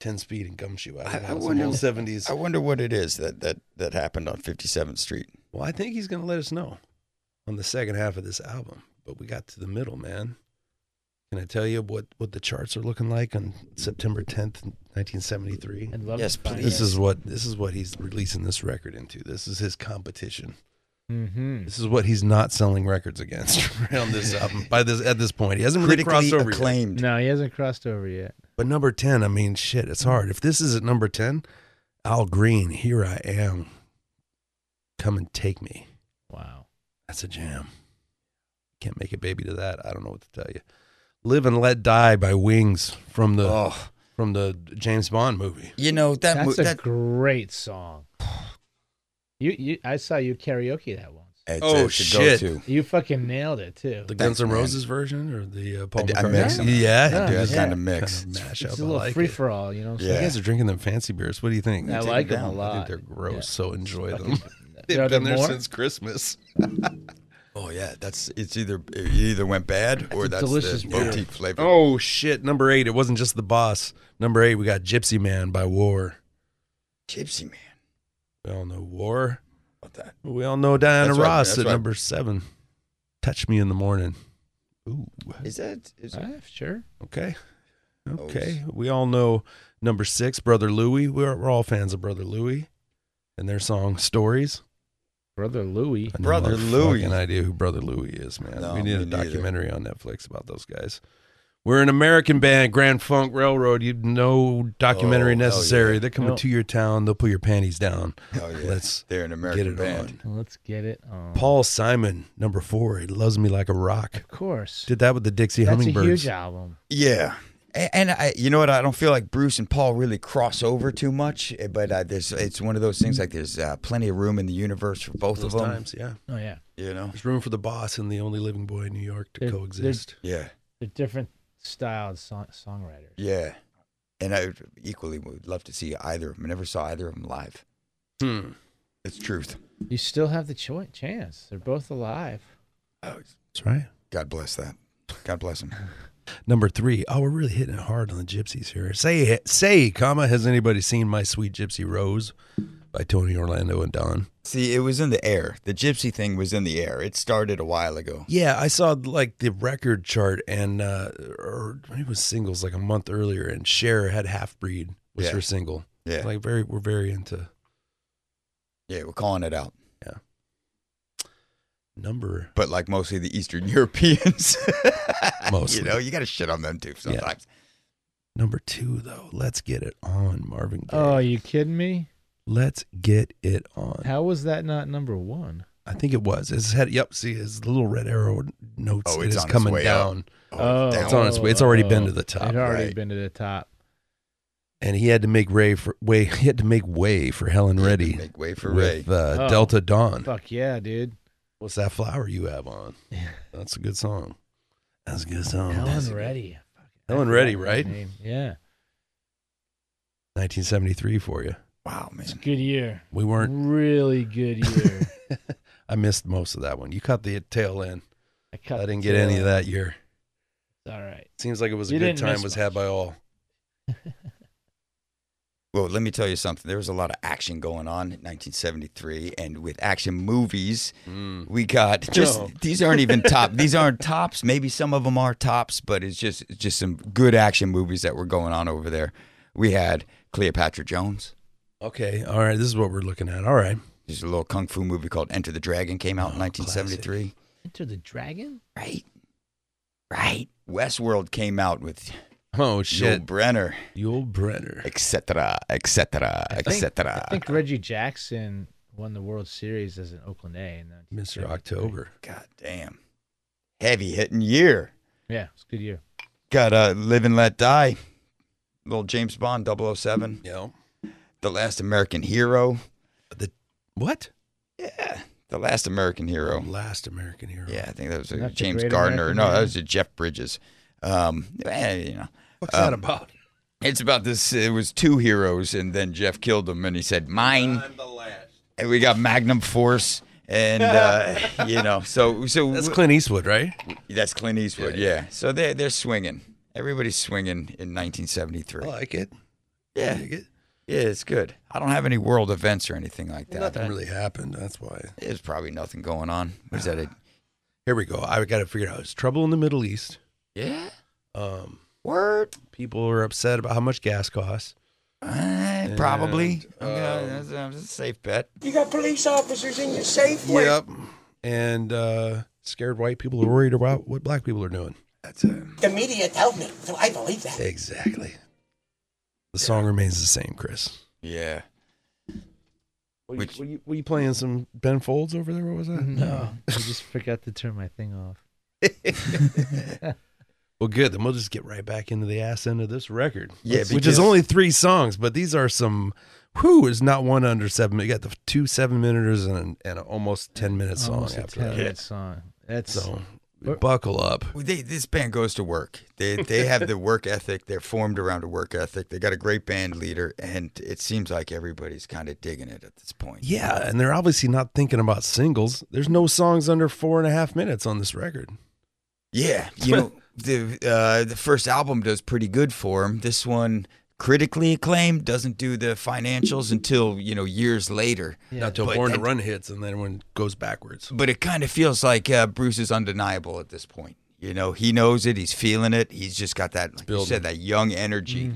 S2: Ten Speed and Gumshoe. I,
S1: I-
S2: don't
S1: I
S2: know, it's
S1: wonder-
S2: some old seventies.
S1: I wonder what it is that that that happened on 57th Street.
S2: Well, I think he's gonna let us know on the second half of this album, but we got to the middle, man. Can I tell you what, what the charts are looking like on September 10th, 1973?
S3: I'd love
S1: Yes,
S3: to find
S1: please.
S2: This is what this is what he's releasing this record into. This is his competition.
S3: Mm-hmm.
S2: This is what he's not selling records against on this album. By this at this point, he hasn't really
S1: Critically
S2: crossed over. Yet.
S1: acclaimed.
S3: No, he hasn't crossed over yet.
S2: But number 10, I mean, shit, it's hard. If this is at number 10, Al Green, here I am. Come and take me.
S3: Wow.
S2: That's a jam. Can't make a baby to that. I don't know what to tell you. Live and Let Die by Wings from the
S1: Oh,
S2: from the James Bond movie.
S1: you know that.
S3: That's
S1: mo-
S3: a
S1: that
S3: great song. You, you, I saw you karaoke that once.
S1: it's,
S2: Oh,
S1: it's a
S2: shit.
S1: go-to.
S3: You fucking nailed it too.
S2: The
S1: Thanks,
S2: Guns N'
S1: man.
S2: Roses version or the uh, Paul
S1: I- I
S2: McCartney?
S1: mix 'em.
S2: Yeah,
S1: I do
S2: yeah.
S1: that kind of mix.
S2: Kind of mash
S3: it's
S2: up.
S3: a
S2: I
S3: little
S2: like
S3: free
S2: it.
S3: for all, you know. What I'm
S1: Yeah.
S2: You
S3: saying?
S2: guys are drinking them fancy beers. What do you think?
S3: I
S1: take
S3: like
S1: them
S3: them a
S1: down.
S2: I think
S3: lot.
S2: they're gross. So enjoy
S3: Fucking-
S2: them. They've
S3: Are there
S2: been there
S3: more?
S2: since Christmas.
S1: Oh yeah, that's it's either it either went bad or
S3: a
S1: that's
S3: delicious
S1: the
S3: beer.
S1: boutique flavor.
S2: Oh shit! Number eight. It wasn't just the boss. Number eight, we got Gypsy Man by War.
S1: Gypsy man,
S2: We all know War.
S1: what that?
S2: We all know Diana
S1: That's right,
S2: Ross
S1: that's
S2: at
S1: right.
S2: number seven. Touch me in the morning. Ooh.
S1: Is that is
S3: Ah, sure.
S2: Okay. Okay. We all know number six, Brother Louie. We're, we're all fans of Brother Louie and their song Stories.
S3: Brother Louie.
S2: I have no
S1: Brother
S2: fucking
S1: Louie.
S2: idea who Brother Louie is, man.
S1: No,
S2: we need
S1: me
S2: a
S1: neither.
S2: documentary on Netflix about those guys. We're an American band, Grand Funk Railroad. You no documentary
S1: Oh, hell
S2: necessary.
S1: yeah.
S2: They're coming
S3: No.
S2: to your town. They'll pull your panties down.
S1: oh yeah,
S2: Let's
S1: they're an American
S2: get it
S1: band.
S2: on.
S3: Let's get it on.
S2: Paul Simon, number four. He loves me like a rock.
S3: Of course.
S2: Did that with the Dixie
S3: That's a
S2: Hummingbirds.
S3: huge album.
S1: Yeah. A- And I, you know what? I don't feel like Bruce and Paul really cross over too much, eh, but uh, there's it's one of those things like there's uh, plenty of room in the universe for both
S2: Those
S1: of them.
S2: times, yeah.
S3: Oh yeah.
S1: You know?
S2: There's room for the boss and the only living boy in New York to
S3: There-
S2: coexist.
S1: Yeah,
S3: They're different styled song- songwriters.
S1: yeah. And I equally would love to see either of them. I never saw either of them live.
S2: Hmm.
S1: It's truth.
S3: You still have the cho- chance. They're both alive.
S2: That's right.
S1: God bless that. God bless them.
S2: Number three. Oh, we're really hitting it hard on the gypsies here. Say, say, comma, has anybody seen My Sweet Gypsy Rose by Tony Orlando and Don?
S1: see, it was in the air. The gypsy thing was in the air. It started a while ago.
S2: Yeah, I saw like the record chart and, uh, or maybe it was singles like a month earlier, and Cher had Half Breed was
S1: Yeah.
S2: her single.
S1: Yeah.
S2: Like, very, we're very into
S1: yeah, we're calling it out.
S2: number.
S1: But like mostly the Eastern Europeans.
S2: Mostly.
S1: You know, you got to shit on them too sometimes.
S2: Number two, though. Let's get it on, Marvin Gaye.
S3: Oh, you kidding me?
S2: Let's get it on.
S3: How was that not number one?
S2: I think it was. His head. Yep. See his little red arrow notes.
S1: Oh,
S2: it
S1: it's
S2: is
S1: on its
S2: coming
S1: way up.
S2: down,
S1: it's
S2: Oh, It's on its way. It's already been to the top,
S3: It already
S1: right.
S3: been to the top.
S2: and he had to make Ray for way. He had to make way for Helen Reddy
S1: Make way for Ray.
S2: with uh,
S3: Oh.
S2: Delta Dawn.
S3: Fuck yeah, dude.
S2: What's that flower you have on? That's a good song. That's a good song. Um, That's a
S3: Helen
S2: good-
S3: Reddy.
S2: Helen Reddy, right?
S3: Name. Yeah.
S2: 1973 for you.
S1: Wow,
S3: It's a
S1: man.
S3: good year.
S2: We weren't.
S3: Really good year.
S2: I missed most of that one. You caught the tail end.
S3: I,
S2: I
S3: cut the
S2: didn't get any
S3: tail.
S2: of that year.
S3: It's All right.
S2: Seems like it was a
S3: You
S2: good
S3: didn't
S2: time
S3: miss
S2: was
S3: much.
S2: had by all.
S1: Well, let me tell you something. There was a lot of action going on in 1973, and with action movies,
S2: Hmm.
S1: we got just
S2: No.
S1: these aren't even top. these aren't tops. Maybe some of them are tops, but it's just it's just some good action movies that were going on over there. We had Cleopatra Jones.
S2: Okay. All right. This is what we're looking at. All right.
S1: There's a little kung fu movie called Enter the Dragon. Came out in 1973.
S3: Enter the Dragon?
S1: Right, right. Westworld came out with Joel
S2: Oh shit.
S1: Brenner,
S2: Yul Brenner.
S1: etc., etc.,
S3: I
S1: etc.
S3: think Reggie Jackson won the World Series as an Oakland A. And then
S2: Mr. October.
S1: God damn, heavy hitting year.
S3: Yeah, it's a good year.
S1: Got uh, Live and Let Die, little James Bond 007,
S2: Yeah.
S1: The Last American Hero.
S2: The what?
S1: Yeah, The Last American Hero.
S2: Last American Hero.
S1: Yeah, I think that was uh,
S3: Not the
S1: James
S3: Great
S1: Gardner.
S3: American
S1: No, that
S3: Hero?
S1: was uh, Jeff Bridges. Um, eh, you know,
S2: What's that about?
S1: it's about this. It was two heroes, and then Jeff killed him, and he said, "Mine."
S2: the last.
S1: And we got Magnum Force, and uh, you know, so so
S2: That's Clint Eastwood, right?
S1: that's Clint Eastwood. Yeah, so they they're swinging. Everybody's swinging in 1973.
S2: I like it. I
S1: yeah,
S2: like it.
S1: Yeah, it's good. I don't have any world events or anything like that.
S2: Nothing really happened. That's why.
S1: There's probably nothing going on. What Is that a
S2: Here we go. I got to figure out. It's trouble in the Middle East.
S1: yeah?
S2: Um,
S1: Word.
S2: people are upset about how much gas costs.
S1: Eh, probably.
S2: And,
S1: Okay,
S2: um,
S1: that's, that's a safe bet.
S7: You got police officers in your Safeway.
S2: Yep. And uh, scared white people are worried about what black people are doing.
S1: That's a
S7: The media told me, so I believe that.
S2: Exactly. The song remains the same, Chris.
S1: yeah.
S2: Were
S1: Which-
S2: you, were you, were you playing some Ben Folds over there? What was that?
S3: No, I just forgot to turn my thing off.
S2: Well, good. Then we'll just get right back into the ass end of this record.
S1: Yeah,
S2: Let's- which is
S1: because-
S2: only three songs, but these are some. Who is not one under seven? You got the two seven minuters and an, and an almost ten minute song
S3: Almost a
S2: after
S3: 10
S2: that.
S3: minute song. That's
S2: So
S3: But-
S2: buckle up.
S1: Well, They, this band goes to work. They they have the work ethic. They're formed around a work ethic. They got a great band leader, and it seems like everybody's kind of digging it at this point.
S2: Yeah, and they're obviously not thinking about singles. There's no songs under four and a half minutes on this record.
S1: Yeah, you know the uh, the first album does pretty good for him. This one critically acclaimed doesn't do the financials until you know years later.
S3: yeah,
S2: Not till
S1: but
S2: Born to
S1: that-
S2: Run hits, and then when it goes backwards.
S1: But it kind of feels like uh, Bruce is undeniable at this point. You know, he knows it. He's feeling it. He's just got that, like you
S2: building. Mm-hmm.
S1: said, that young energy.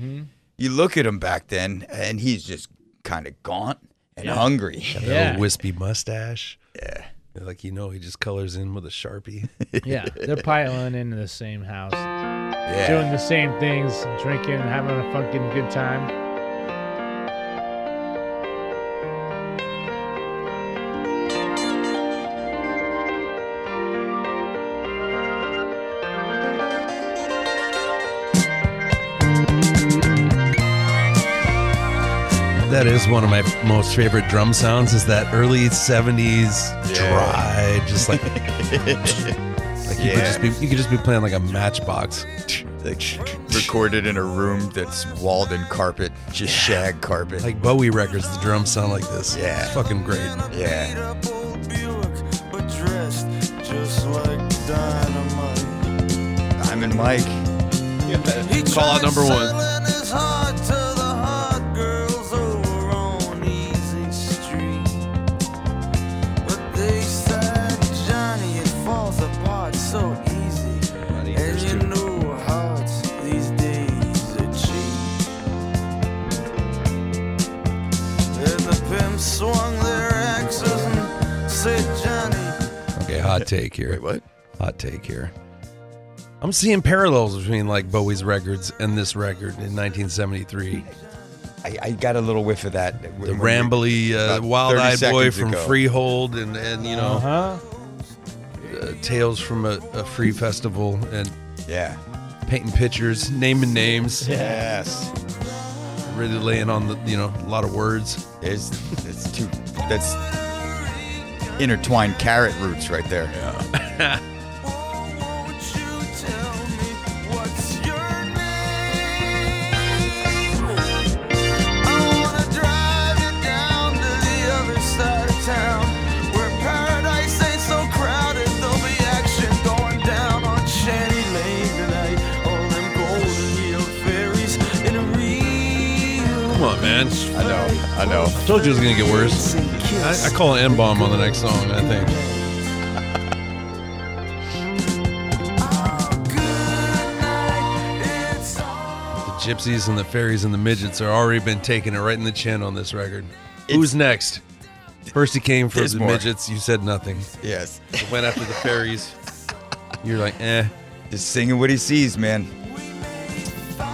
S1: You look at him back then, and he's just kind of gaunt and hungry.
S2: That
S3: Yeah.
S2: little wispy mustache. Yeah, like you know, he just colors in with a sharpie.
S3: yeah, they're piling into the same house,
S1: Yeah.
S3: doing the same things, drinking, having a fucking good time.
S2: That is one of my most favorite drum sounds. Is that early '70s dry, just like like you could just be you could just be playing like a matchbox.
S1: Like, recorded in a room that's walled in carpet, just shag carpet.
S2: Like Bowie records, the drums sound like this.
S1: Yeah.
S2: It's fucking great.
S1: yeah.
S4: up old Buick, but dressed just like dynamite.
S1: I'm in Mike.
S4: He
S2: Call out
S4: tried
S2: number one.
S4: selling his heart to the hot girls over on Easy Street. But they said, "Johnny, it falls apart so easy." And you know hearts these days are cheap. And the pimps swung their axes and said, "Johnny."
S2: Okay, hot take here.
S1: what?
S2: Hot take here. I'm seeing parallels between like Bowie's records and this record in 1973.
S1: I, I got a little whiff of that.
S2: The rambly,
S1: About
S2: uh,
S1: 30
S2: wild-eyed boy
S1: seconds
S2: from
S1: ago. Uh-huh.
S2: Freehold, and and you know,
S3: huh.
S2: uh, Tales from a, a Free Festival, and
S1: Yeah.
S2: painting pictures, naming names,
S1: Yes.
S2: really laying on the you know a lot of words.
S1: There's, that's two. That's intertwined carrot roots right there.
S2: Come on, man.
S1: I know. I know.
S2: I told you it was gonna get worse. I, I call an M bomb on the next song. I think. The gypsies and the fairies and the midgets are already been taking it right in the chin on this record. Who's next? First he came for
S1: There's
S2: the
S1: more.
S2: midgets. You said nothing.
S1: Yes.
S2: Went after the fairies. You're like, eh.
S1: Just singing what he sees, man.
S4: Oh,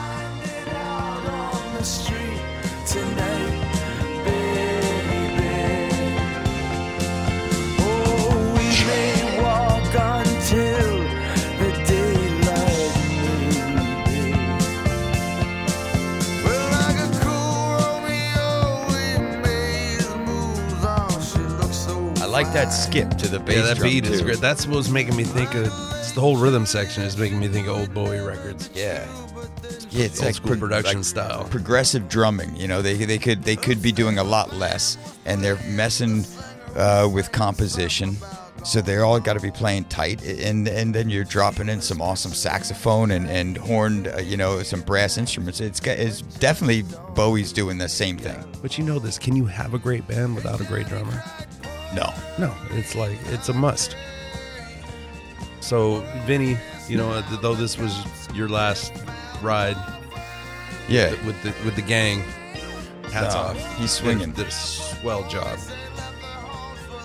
S1: I like that skip to the bass
S2: yeah, that
S1: drum,
S2: beat is
S1: too.
S2: great. That's what was making me think of. It's the whole rhythm section is making me think of old Bowie records.
S1: Yeah. Yeah, it's
S2: Old
S1: like
S2: school
S1: pro-
S2: production
S1: like
S2: style.
S1: Progressive drumming, you know, they they could they could be doing a lot less, and they're messing uh, with composition, so they're all got to be playing tight, and and then you're dropping in some awesome saxophone and and horn, uh, you know, some brass instruments. It's got- it's definitely Bowie's doing the same thing.
S2: But you know this. Can you have a great band without a great drummer?
S1: No,
S2: No, it's like it's a must. So, Vinny, you know, uh, though this was your last ride
S1: Yeah.
S2: with the with the gang. Hats
S1: No,
S2: off.
S1: he's swinging.
S2: Did a swell job.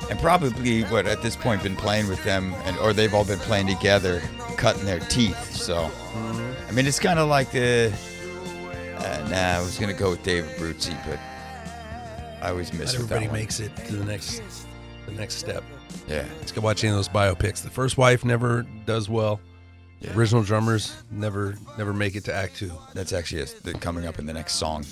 S1: and probably what at this point been playing with them and or they've all been playing together cutting their teeth so i mean it's kind of like the uh, nah i was gonna go with david Bruzzi, but i always miss
S2: Not
S1: with
S2: everybody
S1: that one.
S2: makes it to the next the next step.
S1: yeah
S2: Let's go watch any of those biopics. The first wife never does well. Original drummers never never make it to act two.
S1: that's actually a, the, coming up in the next song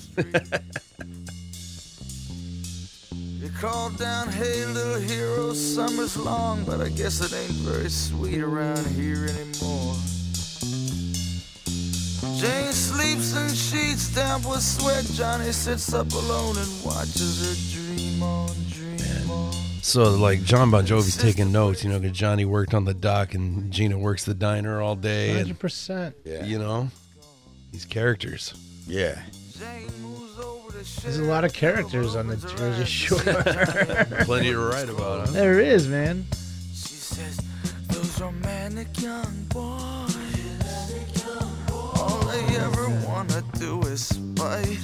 S4: You called down, hey little hero, summer's long, but I guess it ain't very sweet around here anymore. Jane sleeps in sheets damp with sweat. Johnny sits up alone and watches her dream on, dream on.
S2: So like John Bon Jovi's taking notes, you know, because Johnny worked on the dock and Gina works the diner all day, and
S3: Hundred percent.
S1: yeah
S2: you know, these characters.
S1: yeah
S4: Jane moves over to
S3: There's a lot of characters on the Jersey Shore.
S2: Plenty to write about. Huh?
S3: there is, man.
S4: She says, those romantic young boys. All they ever wanna do is fight.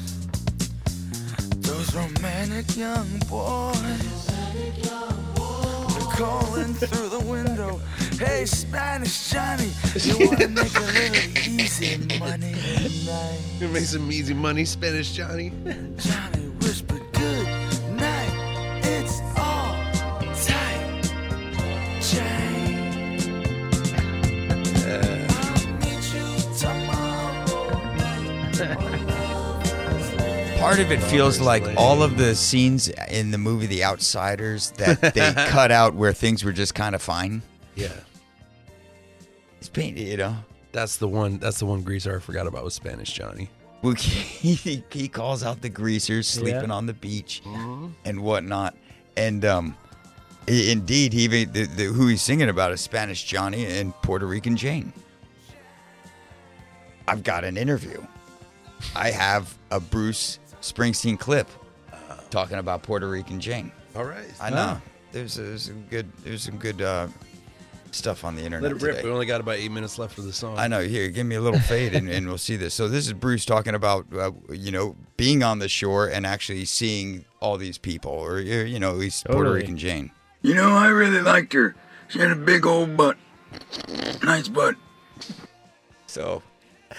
S4: Those romantic young boys. They're calling through the window. Hey, Spanish Johnny, you wanna make a little easy money tonight?
S2: You make some easy money, Spanish Johnny.
S4: Johnny whispered, good night. It's all tight, Jane. I'll meet you tomorrow.
S1: part of it feels like all of the scenes in the movie the outsiders that they cut out where things were just kind of fine
S2: Yeah,
S1: it's painted you know
S2: that's the one. That's the one greaser I forgot about was Spanish Johnny.
S1: Well, he, he calls out the greasers sleeping
S3: Yeah.
S1: on the beach
S2: Mm-hmm.
S1: and whatnot. And um, i- indeed, he even, the, the, who he's singing about is Spanish Johnny and Puerto Rican Jane. I've got an interview. I have a Bruce Springsteen clip talking about Puerto Rican Jane.
S2: All right,
S1: I know there's, there's some good there's some good uh, stuff on the internet.
S2: Let it rip.
S1: today.
S2: We only got about eight minutes left for the song.
S1: I know. Here, give me a little fade, and, and we'll see this. So this is Bruce talking about uh, you know being on the shore and actually seeing all these people, or uh, you know, at least Puerto
S3: Totally.
S1: Rican Jane.
S6: You know, I really liked her. She had a big old butt. Nice butt.
S1: So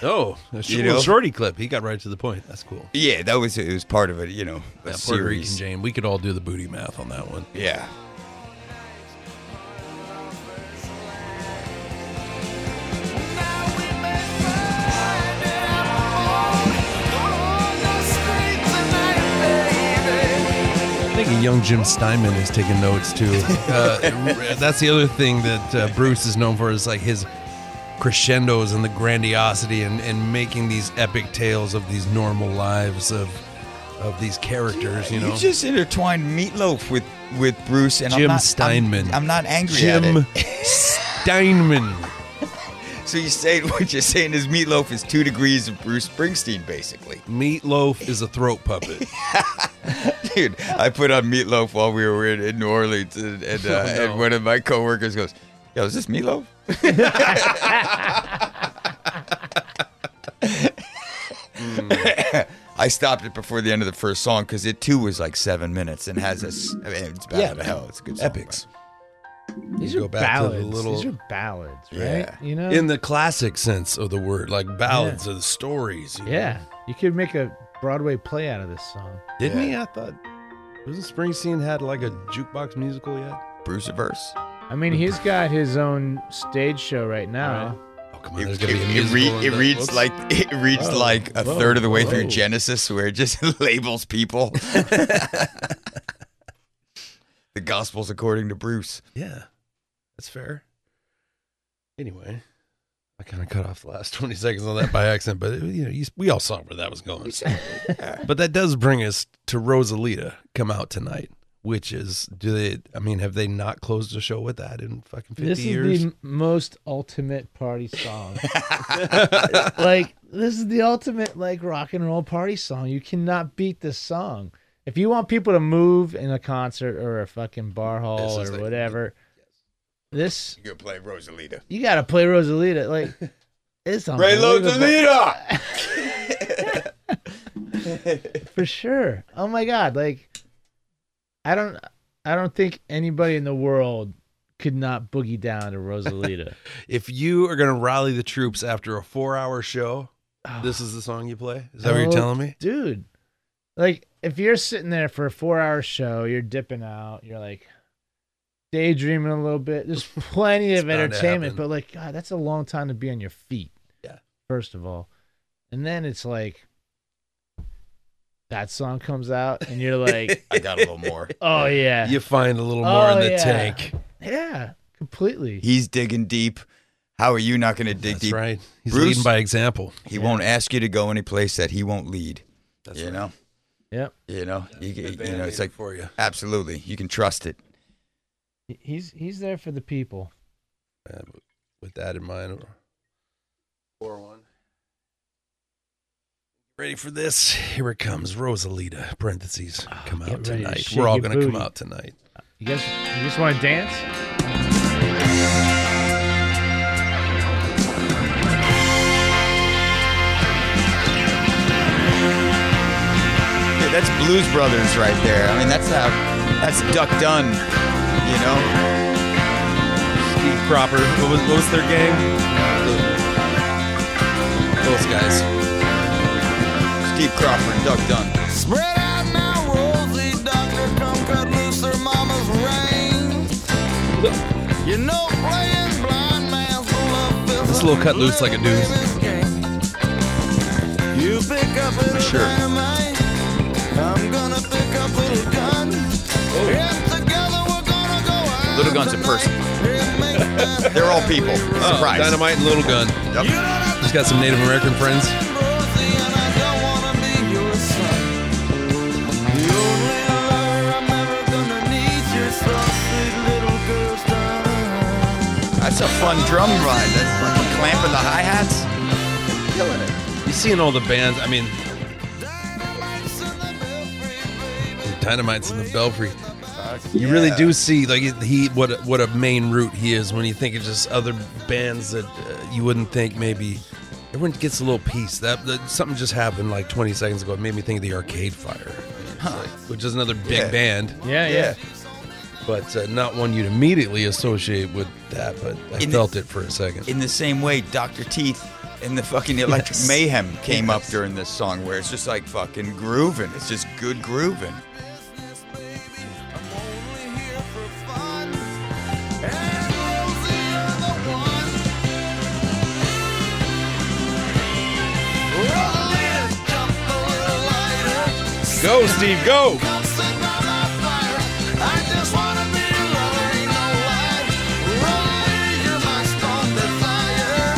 S2: Oh, a sh-
S1: You
S2: little
S1: know?
S2: shorty clip. He got right to the point. That's cool.
S1: yeah, that was it was part of it. You know, a
S2: That Puerto Rican
S1: series.
S2: Jane. We could all do the booty math on that one.
S1: Yeah.
S4: Oh,
S2: I think a young Jim Steinman is taking notes too. Uh, r- that's the other thing that uh, Bruce is known for is like his crescendos and the grandiosity and, and making these epic tales of these normal lives of of these characters. You
S1: You,
S2: know,
S1: just intertwined meatloaf with with Bruce and
S2: Jim
S1: I'm not, I'm-
S2: Steinman.
S1: I'm, not angry at
S2: Jim
S1: it.
S2: Steinman.
S1: So you say what you're saying is meatloaf is two degrees of Bruce Springsteen, basically.
S2: Meatloaf is a throat puppet.
S1: dude, I put on meatloaf while we were in, in New Orleans, and and, uh,
S2: Oh,
S1: and one of my coworkers goes, "Yo, is this meatloaf?"
S2: Hmm.
S1: I stopped it before the end of the first song because it too was like seven minutes and has this. I mean, it's bad
S2: Yeah,
S1: to hell. It's a good song,
S2: Epics.
S3: These
S2: You
S3: are
S2: go back to the
S3: ballads.
S2: little-
S3: These are ballads, right?
S1: Yeah.
S3: You know.
S2: In the classic sense of the word, like ballads or the stories. you know?
S3: yeah, you could make a Broadway play out of this song.
S2: Didn't he? I thought. Wasn't Springsteen had like a jukebox musical yet?
S1: but Bruce verse.
S3: I
S2: Mm.
S3: mean, he's got his own stage show right now.
S2: Oh come on!
S1: It,
S2: There's
S1: it,
S2: gonna be a
S1: it re-
S2: musical in
S1: it
S2: the-
S1: reads
S2: Whoops.
S1: like it reads
S3: Whoa,
S1: like a
S3: whoa,
S1: third of the way through
S3: whoa.
S1: Genesis, where it just labels people. the Gospels according to Bruce.
S2: Yeah, that's fair. Anyway, I kind of cut off the last 20 seconds on that by accident, but you know, you, we all saw where that was going. but that does bring us to Rosalita come out tonight, which is do they? I mean, have they not closed a show with that in fucking 50
S3: This is
S2: years?
S3: the most ultimate party song. like this is the ultimate like rock and roll party song. You cannot beat this song. If you want people to move in a concert or a fucking bar hall
S2: This
S3: or
S2: is like-
S3: whatever, This
S1: You could play Rosalita.
S3: you gotta play Rosalita. Like it's
S1: Ray
S3: unbelievable
S1: Rosalita.
S3: for sure. Oh my god! Like I don't I don't think anybody in the world could not boogie down to Rosalita.
S2: If you are going to rally the troops after a four hour show, this is the song you play? Is that what you're
S3: Ah. Oh,
S2: telling me?
S3: dude? Like if you're sitting there for a four hour show, you're dipping out. You're like daydreaming a little bit. There's plenty
S2: It's
S3: of
S2: bound to
S3: entertainment,
S2: happen.
S3: but like God, that's a long time to be on your feet.
S2: Yeah.
S3: First of all, and then it's like that song comes out, and you're like,
S1: I got a little more.
S3: oh yeah,
S2: You find a little more
S3: Oh,
S2: in the
S3: yeah.
S2: tank.
S3: yeah, completely.
S1: He's digging deep. How are you not going to dig
S2: That's
S1: deep?
S2: right. He's
S1: Bruce-
S2: leading by example.
S1: He won't ask you to go any place that he won't lead.
S2: That's
S1: you
S2: right.
S1: know,
S3: Yep.
S1: you know, you,
S2: Good
S1: you
S2: band
S1: know.
S2: leader
S1: It's like
S2: for you.
S1: absolutely, you can trust it.
S3: He's he's there for the people.
S2: Uh, with that in mind, four one. Ready for this? Here it comes, Rosalita. Parentheses, come
S3: Ah, get
S2: out
S3: ready to
S2: tonight.
S3: shake
S2: We're all
S3: your
S2: gonna come
S3: booty.
S2: out tonight.
S3: You guys, you just want to dance?
S1: Yeah, that's Blues Brothers right there. I mean, that's how. That's Duck Dunn. You know,
S2: Steve Cropper. What was, what was their game? Those guys.
S1: Steve Crawford, Duck Dunn.
S8: Spread out now, Rosalie, doctor, come cut loose their mama's rein. You know, playing blind man's gonna fill
S2: This little cut loose like a dude.
S8: baby's game. You pick up a little
S1: Sure.
S8: dynamite. I'm gonna pick up a little gun. And together we're gonna go out
S1: Little Gun's a
S8: tonight.
S1: person.
S8: It makes that
S1: They're all people.
S3: Oh,
S1: Surprise.
S2: Oh, Dynamite and Little Gun. He's got some Native American friends.
S8: Rosie, and I don't wanna be your son. The only lover I'm ever gonna need your soft, sweet little girl's done.
S1: That's a fun drum ride. That's fucking clamping the hi hats. Killing it.
S2: You've seen all the bands. I mean,
S8: Dynamite's in the belfry, baby.
S2: Dynamite's in the Belfry. You really do see like he what a, what a main route he is when you think of just other bands that uh, you wouldn't think maybe everyone gets a little piece that, that something just happened like 20 seconds ago it made me think of the Arcade Fire, which is another big
S1: Yeah.
S2: band,
S3: Yeah, yeah.
S2: but uh, not one you'd immediately associate with that. But I
S1: In the-
S2: felt it for a second.
S1: in the same way Dr. Teeth and the fucking Electric
S2: Yes.
S1: Mayhem came up
S2: Yes.
S1: during this song where it's just like fucking grooving. It's just good grooving.
S8: I'm only here for fun. And Rosie, you're the one. Rosalita, jump a little lighter.
S2: Go Steve, go!
S8: Come sit by my fire. I just wanna be your lover, ain't no lie. Rosalita, you're my strong desire.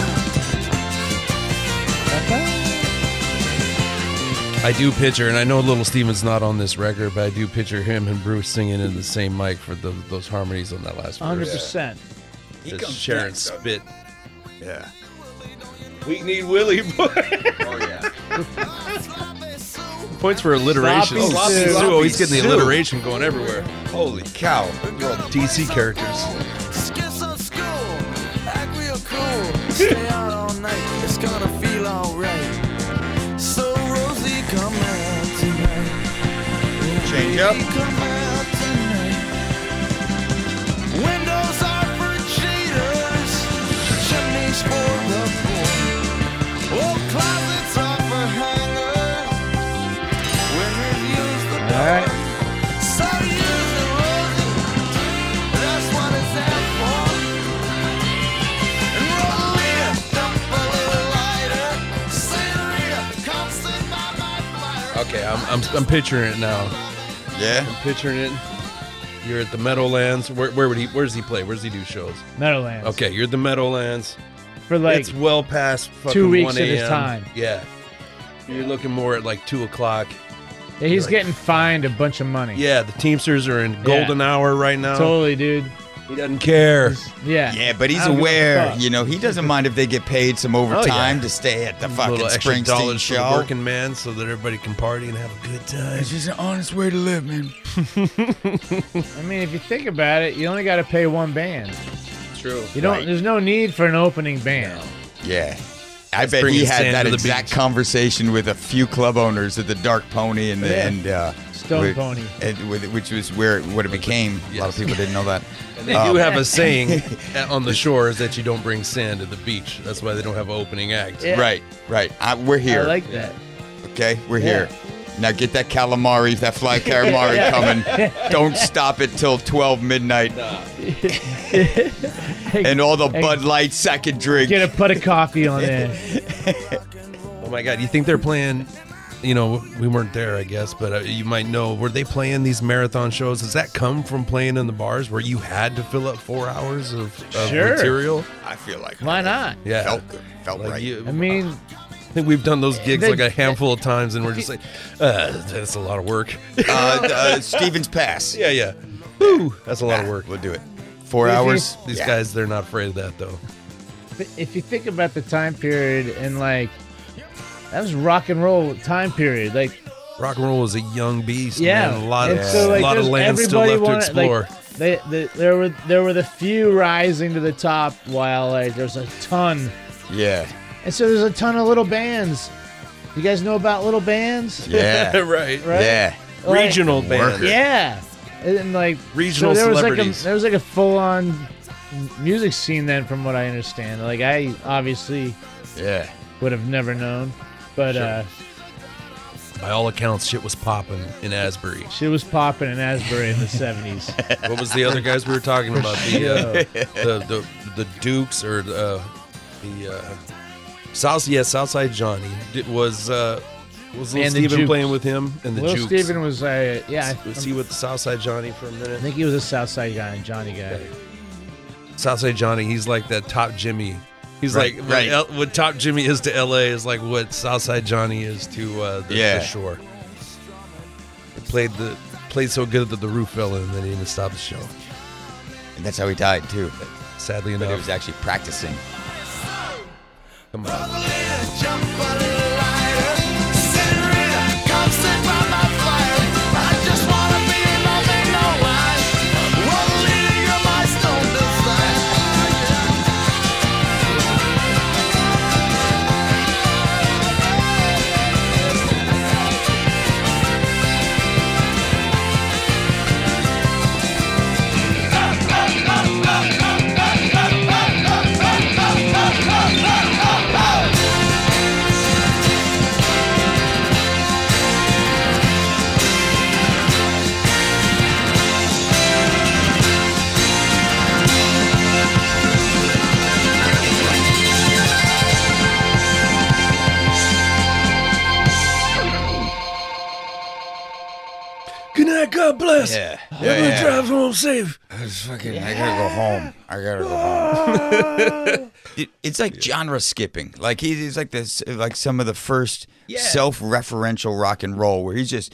S2: I do picture, and I know Little Steven's not on this record, but I do picture him and Bruce singing in the same mic for those those harmonies on that last. verse.
S3: 100%.
S1: He
S2: Just
S1: comes
S2: Sharon
S1: back, though.
S2: spit.
S1: Yeah.
S2: We need Willie.
S1: Oh yeah.
S2: Points for alliteration.
S3: Sloppy
S2: Sloppy
S3: Sue.
S2: Sue. Oh, he's getting the
S1: Sloppy Sue.
S2: alliteration going everywhere.
S1: Holy cow.
S2: DC characters.
S8: Skits on school, act real cool. Stay out all night, it's gonna feel alright. So Rosie, come out tonight.
S1: Change up.
S8: Baby, come out tonight. Windows are for cheaters, chimneys for the poor. Oh, closets are for hangers. Women use the
S3: All right.
S8: so use the Rosie, that's what it's there for. And Rosalia, jump a little lighter. Senorita, come sit by my fire.
S2: Okay, I'm, I'm, I'm picturing it now.
S1: Yeah.
S2: I'm picturing it. You're at the Meadowlands. Where, where would he? Where does he play? Where does he do shows?
S3: Meadowlands.
S2: Okay, you're at the Meadowlands.
S3: For like,
S2: it's well past fucking
S3: two weeks
S2: 1
S3: at his
S2: a.m..
S3: time.
S2: Yeah. You're looking more at like two o'clock.
S3: yeah, he's
S2: like-
S3: getting fined a bunch of money.
S2: Yeah, the Teamsters are in golden hour right now.
S3: Totally, dude.
S2: He doesn't care.
S3: Yeah.
S1: Yeah, but
S3: I
S1: he's
S3: don't give a
S1: aware.
S3: fuck.
S1: You know, he doesn't mind if they get paid some overtime
S2: yeah.
S1: to stay at the
S2: Little
S1: fucking
S2: extra
S1: Springsteen
S2: dollars for the
S1: show.
S2: working man, so that everybody can party and have a good time.
S1: It's just an honest way to live, man.
S3: I mean, if you think about it, you only got to pay one band.
S9: true.
S3: You don't.
S1: Right.
S3: There's no need for an opening band.
S1: Yeah. I bet
S2: bring
S1: he
S2: his
S1: had
S2: sand
S1: that
S2: to the
S1: exact
S2: beach.
S1: conversation with a few club owners at the Dark Pony and the,
S3: Yeah.
S1: and uh,
S3: Stone
S1: with-
S3: Pony.
S1: and with- which was where what it became. A lot of people didn't know that.
S2: And they do have a saying at- on the shore is that you don't bring sand to the beach. That's why they don't have an opening act.
S3: Yeah.
S1: Right, right. I, we're here.
S3: I like that.
S1: okay, we're
S3: Yeah.
S1: here. Now get that calamari, that fly calamari coming. Don't stop it till twelve midnight. and all the Bud Light second drink.
S3: Get a put of coffee on it.
S2: Oh my God, you think they're playing? You know, we weren't there, I guess, but uh, you might know. Were they playing these marathon shows? Does that come from playing in the bars where you had to fill up four hours of, of
S3: Sure.
S2: material?
S1: I feel like
S3: Why not?
S2: Yeah,
S1: Felt good. Felt
S2: Like
S1: right.
S2: you-
S3: I mean,
S2: I think we've done those gigs
S3: They-
S2: like a handful of times, and we're just like, uh, that's a lot of work.
S1: Uh, uh, Stevens Pass.
S2: yeah, yeah. Woo, that's a lot of
S1: Ah,
S2: work.
S1: We'll do it. Four
S3: Do you
S1: hours.
S2: These
S1: Yeah.
S2: guys, they're not afraid of that though.
S3: if- if you think about the time period and like that was rock and roll time period. Like
S2: Rock and roll is a young beast.
S3: yeah,
S2: man. a lot of
S3: And so, like,
S2: a lot of
S3: there's-
S2: land still
S3: everybody
S2: left to
S3: wanted- like,
S2: explore.
S3: they, the, there were there were the few rising to the top, while like there's a ton,
S1: Yeah.
S3: and so there's a ton of little bands. You guys know about little bands,
S1: Yeah.
S2: right.
S3: right?
S1: Yeah.
S3: Like-
S2: Regional band.
S1: Worker.
S3: Yeah, and, and, like
S2: Regional
S3: there was like
S2: celebrities.
S3: a, there was like a full on music scene then, from what I understand. Like I obviously
S1: Yeah.
S3: would have never known, but uh,
S2: By all accounts, shit was popping in Asbury.
S3: she was popping in Asbury in the seventies.
S2: What was the other guys we were talking about? The uh, the, the the Dukes or uh, the uh, South? Yeah, Southside Johnny Did, was uh, was Little
S3: And the
S2: Steven
S3: Jukes.
S2: playing with him and the
S3: Little
S2: Jukes.
S3: Steven was uh, yeah, I,
S2: was he with Southside Johnny for a minute?
S3: I think he was a Southside guy and Johnny guy.
S2: Southside Johnny, he's like that top Jimmy. He's
S1: Right,
S2: like
S1: right.
S2: What, L- what top Jimmy is to LA is like what Southside Johnny is to uh, the,
S1: Yeah.
S2: the shore. He played the played so good that the roof fell in and then he even stopped the show.
S1: And that's how he died too.
S2: Sadly
S1: But he
S2: enough,
S1: was actually practicing.
S2: come on. Good night, God bless.
S1: Yeah. Yeah.
S2: I'm gonna drive home safe.
S1: Fucking, I gotta go home. I gotta go home. It- it's like genre skipping. Like he's, he's like this, like some of the first self-referential rock and roll, where he's just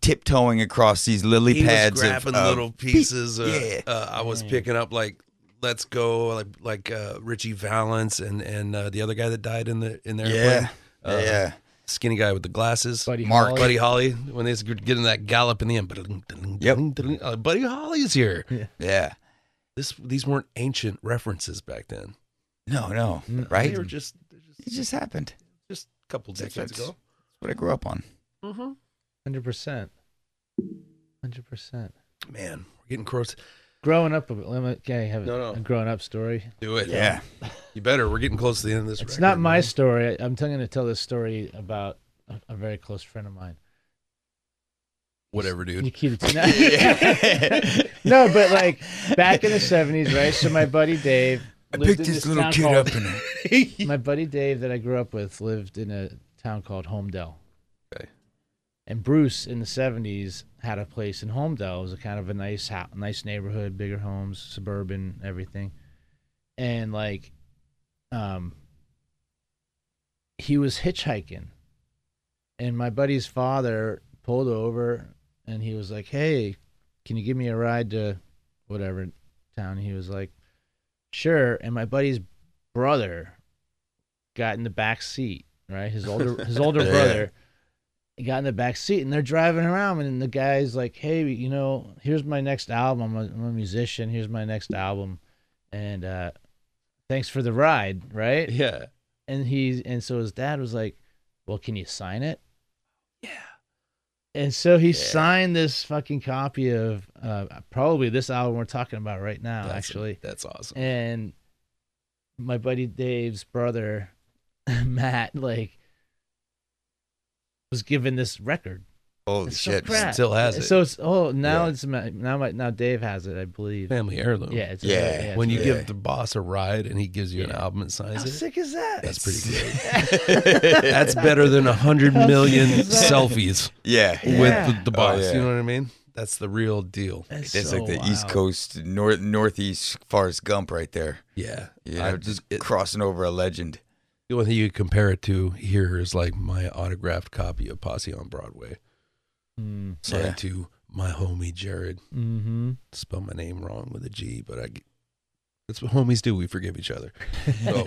S1: tiptoeing across these lily
S2: He was
S1: pads
S2: grabbing
S1: of, of-
S2: little pieces. Uh,
S1: Yeah.
S2: uh, I was picking up like "Let's Go," like like uh, Richie Valence and and uh, the other guy that died in the in the airplane.
S1: yeah,
S2: uh,
S1: uh, yeah.
S2: skinny guy with the glasses.
S3: Buddy
S1: Mark.
S3: Holly.
S2: Buddy Holly, when they get in that gallop in the end, ba-dung, ba-dung,
S1: Yep.
S2: ba-dung, ba-dung, uh, Buddy Holly's here.
S1: Yeah.
S2: This these weren't ancient references back then.
S1: No, no.
S2: Mm-hmm. They
S1: Right?
S2: were just they're just,
S1: It just happened. That's
S2: just a couple
S1: That's-
S2: decades
S1: that's-
S2: ago.
S1: what I grew up on.
S3: Hundred percent. Hundred percent.
S2: Man, we're getting close.
S3: Growing up, a bit- let me, can I have
S2: No,
S3: a,
S2: no.
S3: a grown up story?
S2: Do it.
S1: Yeah.
S2: you better. We're getting close to the end of this.
S3: It's
S2: record,
S3: not my
S2: man.
S3: story. I'm going to tell this story about a, a very close friend of mine,
S2: whatever, dude.
S3: Nikita Tonight. no, but like back in the '70s, right? So my buddy Dave. lived in town called-
S1: in it.
S3: my buddy Dave that I grew up with lived in a town called Homedale.
S2: Okay.
S3: And Bruce in the '70s had a place in Homedale. It was a kind of a nice house, nice neighborhood, bigger homes, suburban, everything. And like, um, he was hitchhiking, and my buddy's father pulled over, and he was like, "Hey, can you give me a ride to whatever town?" He was like, "Sure." And my buddy's brother got in the back seat, right? His older his older
S1: Yeah.
S3: brother got in the back seat and they're driving around and the guy's like, "Hey, you know, here's my next album. I'm a, I'm a musician. Here's my next album." and uh, thanks for the ride, right?
S2: Yeah.
S3: And he's and so his dad was like, "Well, can you sign it?" Yeah. And so he signed this fucking copy of uh, probably this album we're talking about right now,
S2: That's-
S3: actually.
S2: That's awesome.
S3: And my buddy Dave's brother, Matt, like was given this record.
S1: Holy
S3: It's so
S1: shit.
S3: crap.
S2: Still has it.
S3: So it's oh now
S2: Yeah.
S3: it's ma- now my, now Dave has it, I believe.
S2: Family heirloom.
S3: Yeah, it's
S1: Yeah.
S3: it's
S2: When you
S3: really-
S2: give the boss a ride and he gives you an
S3: Yeah.
S2: album and signs
S3: how
S2: it,
S3: sick is that?
S2: that's pretty great. that's better than a hundred million selfies
S1: yeah.
S2: with
S3: Yeah.
S2: the, the boss.
S1: yeah.
S2: You know what I mean? That's the real deal.
S3: That's,
S1: That's
S3: so
S1: like the East
S3: wild.
S1: Coast, north, northeast Forrest Gump right there.
S2: Yeah.
S1: You
S2: I
S1: know, just
S2: just it,
S1: crossing over a legend.
S2: the only thing you compare it to here is like my autographed copy of Posse on Broadway,
S3: Mm,
S2: signed
S1: Yeah.
S2: to my homie Jared.
S3: hmm
S2: Spell my name wrong with a G, but I. g- That's what homies do. We forgive each other. So,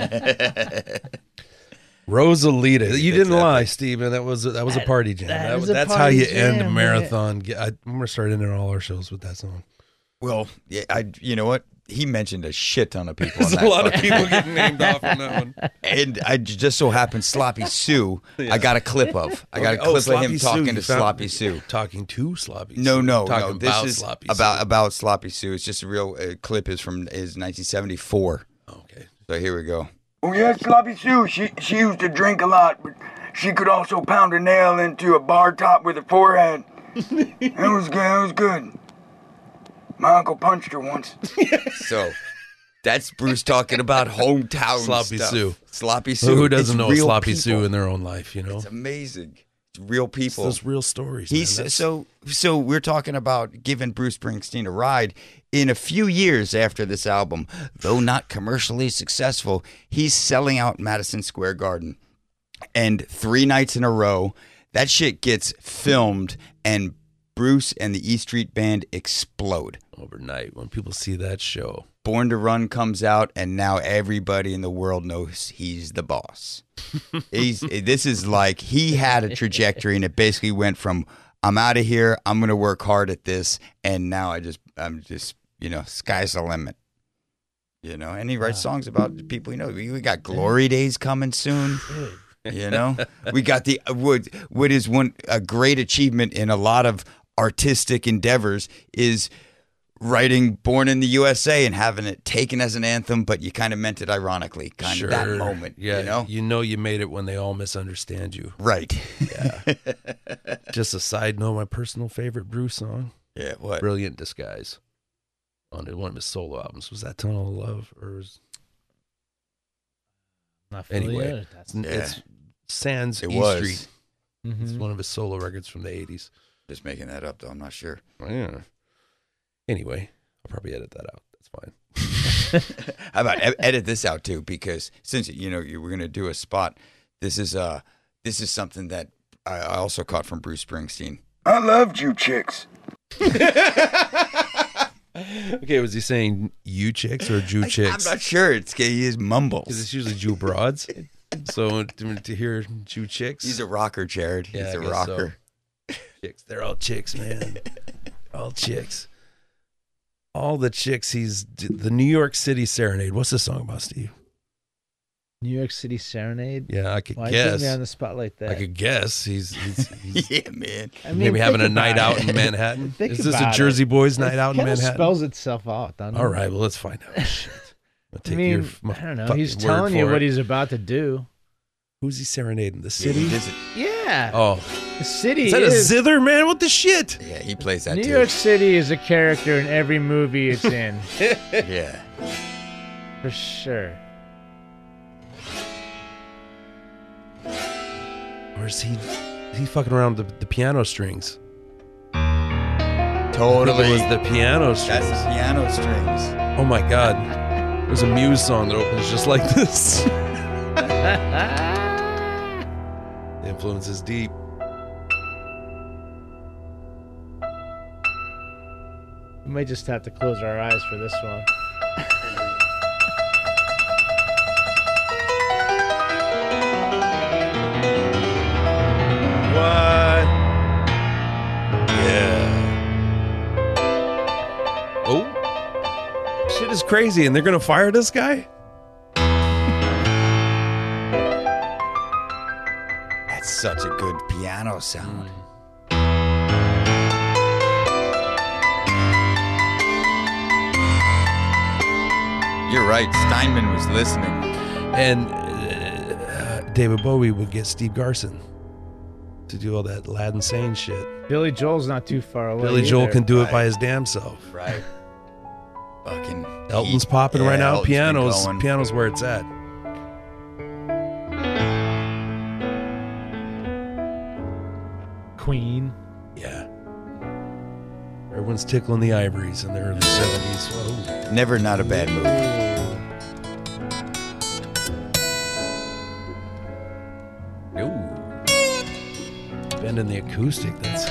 S2: Rosalita, you didn't
S1: That's
S2: lie, Steven. That was that was a party jam.
S3: that
S2: That-
S3: is a
S2: that's
S3: party
S2: how you end
S3: jam,
S2: a
S3: man.
S2: marathon. Ge- I, am gonna start ending all our shows with that song.
S1: well, yeah, I. You know what? He mentioned a shit ton of people. on
S2: There's
S1: that
S2: a lot of
S1: fucking-
S2: people getting named off on that one.
S1: and I j- just so happened Sloppy Sue. I got a clip of. I got a
S2: Okay. Oh,
S1: clip of
S2: Sloppy
S1: him
S2: Sue,
S1: talking
S2: you
S1: to
S2: found-
S1: Sloppy Sue.
S2: Talking to Sloppy.
S1: No,
S2: Sue.
S1: no,
S2: talking
S1: no. This
S2: about
S1: is
S2: Sloppy
S1: about about Sloppy Sue. It's just a real uh, clip. Is from is 1974.
S2: Sue. Okay.
S1: So here we go.
S6: Oh yeah, Sloppy Sue. She she used to drink a lot, but she could also pound a nail into a bar top with her forehead. it was good. It was good. My uncle punched her once.
S1: So that's Bruce talking about hometown
S2: Sloppy
S1: stuff.
S2: Sue.
S1: Sloppy Sue.
S2: Who doesn't
S1: It's
S2: know a
S1: real
S2: Sloppy
S1: people.
S2: Sue in their own life? You know,
S1: It's amazing. It's real
S2: It's
S1: people.
S2: those real stories. man.
S1: He's
S2: That's-
S1: so so we're talking about giving Bruce Springsteen a ride in a few years after this album, though not commercially successful, he's selling out Madison Square Garden. And 3 nights in a row, that shit gets filmed and Bruce and the E Street Band explode.
S2: overnight when people see that show.
S1: Born to Run comes out, and now everybody in the world knows he's the boss. he's this is like he had a trajectory, and it basically went from I'm out of here, I'm gonna work hard at this, and now I just I'm just you know sky's the limit. You know, and he writes songs about people you know. We, we got Glory Days coming soon.
S3: Dude.
S1: You know, we got the uh, what what is one a great achievement in a lot of artistic endeavors is writing "Born in the USA" and having it taken as an anthem, but you kind of meant it ironically, kind of that moment.
S2: Yeah,
S1: you know,
S2: you know, you made it when they all misunderstand you.
S1: right?
S2: Just a side note, my personal favorite Bruce song,
S1: Yeah. What?
S2: "Brilliant Disguise," on one of his solo albums. Was that "Tunnel of Love" or was
S3: Not
S2: Anyway,
S3: familiar with that.
S2: it's, it's Sands
S1: It
S2: E
S1: was.
S2: Street? It's
S3: Mhm.
S2: one of his solo records from the '80s.
S1: Just making that up, though. I'm not sure.
S2: Yeah. Anyway, I'll probably edit that out. That's fine.
S1: How about e- edit this out too? Because since you know you were gonna do a spot, this is uh this is something that I I also caught from Bruce Springsteen.
S6: I loved you chicks.
S2: Okay, was he saying you chicks or Jew chicks?
S1: I'm not sure. It's he is
S2: Because
S1: mumbles.
S2: it's usually Jew broads. so to, to hear Jew chicks,
S1: He's a rocker, Jared.
S2: Yeah,
S1: He's
S2: I
S1: a
S2: guess so.
S1: rocker.
S2: chicks. They're all chicks, man. all chicks. All the chicks. He's the New York City Serenade. What's this song about, Steve?
S3: New York City Serenade.
S2: Yeah, I could
S3: Why put me on
S2: guess.
S3: the spot like that?
S2: I could guess. He's, he's, he's
S1: yeah, man.
S3: I mean,
S2: maybe having a
S3: think
S2: night
S3: about
S2: out
S3: it.
S2: in Manhattan.
S3: Think
S2: Is this a
S3: about it.
S2: Jersey Boys night
S3: It
S2: out in
S3: kinda
S2: Manhattan?
S3: spells itself out, doesn't it?
S2: all right. Well, let's find out. Shit. I'll
S3: I
S2: take
S3: mean,
S2: your, my
S3: I don't know. He's
S2: fucking word
S3: telling you
S2: for
S3: what
S2: it.
S3: he's about to do.
S2: Who's he serenading? The
S1: Yeah,
S2: city?
S1: he, does it.
S3: Yeah.
S2: Oh,
S3: The city
S2: is that a
S3: is.
S2: zither, man? What the shit?
S1: Yeah, he plays that
S3: New
S1: too.
S3: York City is a character in every movie it's in,
S1: Yeah.
S3: for sure.
S2: Or is he he fucking around with the, the piano strings? I think
S1: Totally.
S2: It was the piano
S1: That's
S2: strings.
S1: the piano strings.
S2: Oh my god. There's a Muse song that opens just like this. the influence is deep.
S3: We might just have to close our eyes for this one.
S2: What? Yeah. Oh,
S3: Should
S2: is crazy, and they're gonna fire this guy.
S1: That's such a good piano sound. You're right. Steinman was listening.
S2: And uh, David Bowie would get Steve Garson to do all that Latin saying shit.
S3: Billy Joel's not too far away.
S2: Billy Joel
S3: either.
S2: can do it by
S1: right.
S2: his damn self.
S1: Right. Fucking.
S2: Elton's
S1: heat.
S2: popping
S1: Yeah,
S2: right now.
S1: Elton's been
S2: pianos,
S1: going.
S2: pianos, where it's at.
S3: Queen.
S2: Yeah. Everyone's tickling the ivories in the early seventies. Whoa.
S1: Never not a bad move.
S2: Ooh. Bending the acoustic. That's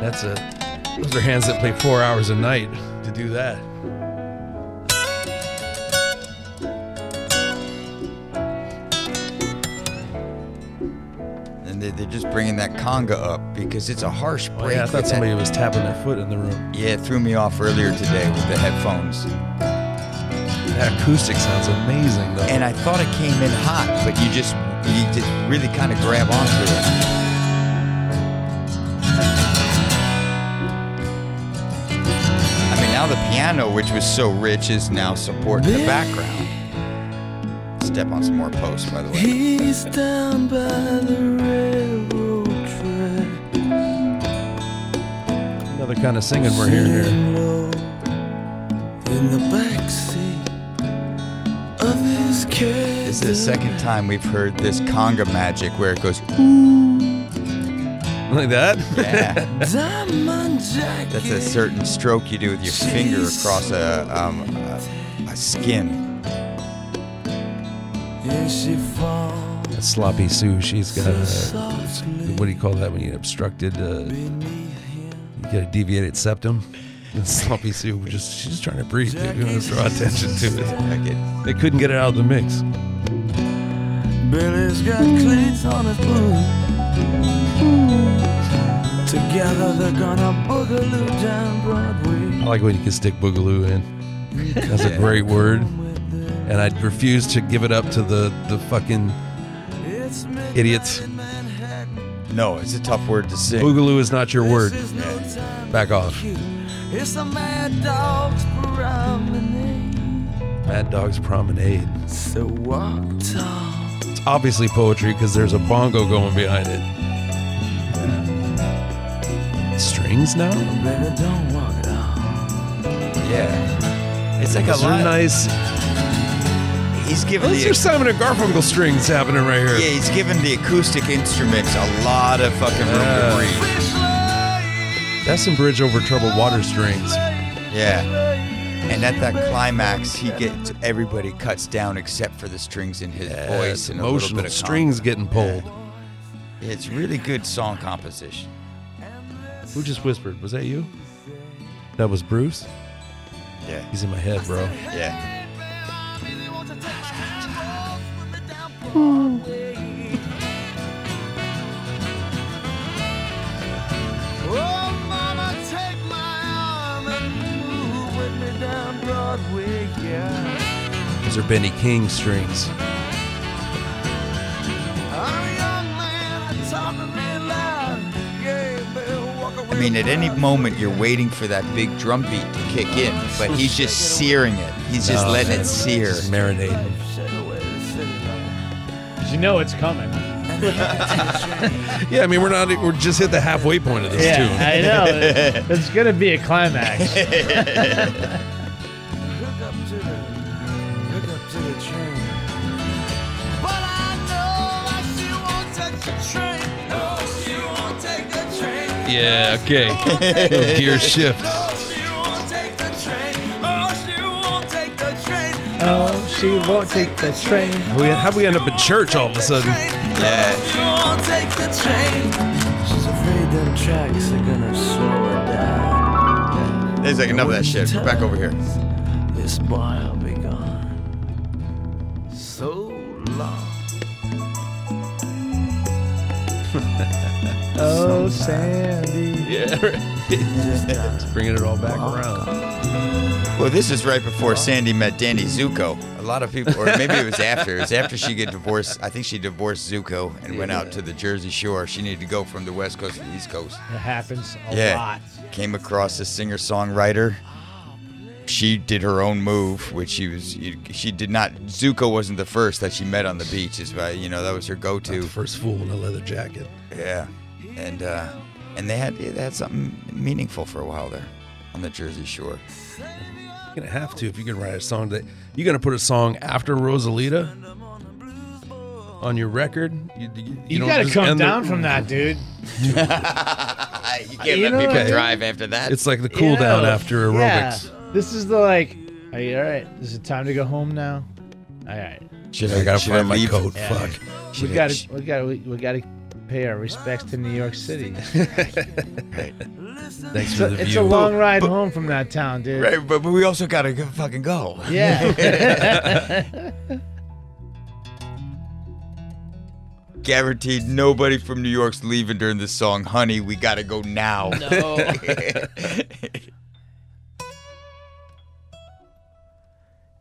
S2: that's a those are hands that play four hours a night to do that.
S1: And they, they're just bringing that conga up because it's a harsh break.
S2: Oh, yeah, I
S1: with
S2: thought
S1: that-
S2: somebody was tapping their foot in the room.
S1: Yeah, it threw me off earlier today with the headphones.
S2: That acoustic sounds amazing though.
S1: And I thought it came in hot, but you just you just really kind of grab onto it. I mean, now the piano, which was so rich, is now supporting the background. Step on some more posts, by the way.
S4: He's down by the railroad track.
S2: Another kind of singing we're hearing here.
S4: sitting low In the backseat of his cab.
S1: This is the second time we've heard this conga magic where it goes,
S2: Like that?
S1: yeah.
S4: Diamond jacket.
S1: That's a certain stroke you do with your finger across a, um, a, a skin.
S4: And she falls
S2: That's sloppy Sue. She's got a,
S4: softly
S2: what do you call that when you obstructed? Uh, you get a deviated septum. And sloppy Sue was just she's trying to breathe. Dude. You want to draw attention to it.
S1: Like it-
S2: They couldn't get it out of the mix.
S4: Billy's got cleats on his boots. Together they're gonna boogaloo down Broadway.
S2: I like when you can stick boogaloo in. That's a great word. And I refuse to give it up to the the fucking
S4: It's midnight
S2: idiots.
S4: in Manhattan.
S1: no, it's a tough word to sing.
S2: Boogaloo is not your word.
S4: This is no time
S2: Back off.
S4: to- It's a mad dog's promenade.
S2: Mad Dog's Promenade.
S4: So walk tall.
S2: It's obviously poetry because there's a bongo going behind it. Strings now?
S4: Baby, don't walk at all.
S1: Yeah. It's like a
S2: Those are
S1: lot.
S2: nice.
S1: He's giving
S2: Those
S1: the
S2: are Simon and Garfunkel strings happening right here.
S1: yeah, he's giving the acoustic instruments a lot of fucking room
S2: Yeah.
S1: to breathe.
S2: That's some bridge over troubled water strings.
S1: Yeah. And at that climax, he gets everybody cuts down except for the strings in his voice
S2: That's
S1: and a little
S2: emotional
S1: bit of
S2: strings getting pulled.
S1: conga. It's really good song composition.
S2: Who just whispered? Was that you? That was Bruce.
S1: Yeah,
S2: He's in my head, bro.
S1: yeah.
S4: Oh, mama, take my arm and move with me down Broadway, yeah.
S2: Those are Benny King strings.
S4: I'm a young man, I talk to me loud. Yeah, baby, walk
S1: I mean, at any moment you're waiting for that big drum beat to kick in, but he's just searing it. He's just
S2: No,
S1: letting
S2: man,
S1: it sear.
S2: Just marinating.
S3: You know it's coming.
S2: Yeah, I mean, we're not. We're just hit the halfway point of this tune.
S3: I know. It's gonna be a climax.
S4: Hook up to the, hook up to the train. But I know that she won't touch the train. No, she won't take
S2: Yeah. Okay.
S4: the train.
S2: Little Gear shift.
S4: No, oh, she won't take the train. Oh, she won't take the train.
S3: oh, she won't take the train.
S2: How we, how we end up in church all of a sudden?
S1: Yeah.
S4: She won't take the train. She's afraid them tracks are gonna slow her down.
S1: There's like enough of that shit. Back over here.
S4: This boy will be gone. So long.
S3: Oh, Sandy.
S2: Oh, Yeah. Just bringing it all back around.
S1: Well, this is right before Sandy met Danny Zuko. A lot of people, or maybe it was after. It was after she get divorced. I think she divorced Zuko and went out to the Jersey Shore. She needed to go from the West Coast to the East Coast.
S3: It happens a
S1: yeah.
S3: lot.
S1: Came across a singer-songwriter. She did her own move, which she was. She did not. Zuko wasn't the first that she met on the beach. Is why you know that was her
S2: The
S1: go-to.
S2: first fool in a leather jacket.
S1: Yeah, and uh, and they had they had something meaningful for a while there on the Jersey Shore.
S2: You're gonna have to if you're gonna write a song that you're gonna put a song after Rosalita on your record. You, you, you
S3: You,
S2: don't
S3: gotta
S2: just
S3: come
S2: end the-
S3: down from that, dude.
S1: you can't
S3: You
S1: let
S3: know
S1: people
S3: what I mean?
S1: drive after that.
S2: It's like the cool down
S3: Yeah.
S2: after aerobics.
S3: Yeah. This is the like. Are you all right? Is it time to go home now? All right.
S1: should
S2: I gotta
S1: should
S2: find my
S1: leave?
S2: coat.
S3: Yeah.
S2: Fuck.
S1: Should
S3: we
S1: I-
S3: got
S1: sh-
S3: to we got to we got to pay our respects to New York City.
S2: Thanks
S3: It's
S2: for
S3: a,
S2: the view.
S3: it's a long ride home from that town, dude.
S1: Right, but, but we also gotta go, fucking go.
S3: Yeah.
S1: Guaranteed, nobody from New York's leaving during this song. Honey, we gotta go now.
S3: oh.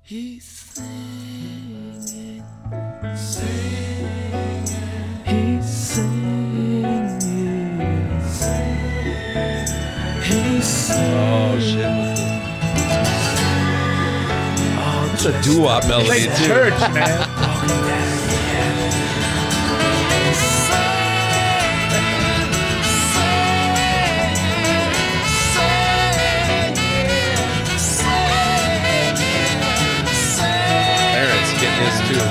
S8: He's singing, singing, he's singing, singing, he's singing.
S2: oh shit. It's a doo-wop melody
S3: Like
S2: too.
S3: church, man.
S2: Parents getting this too.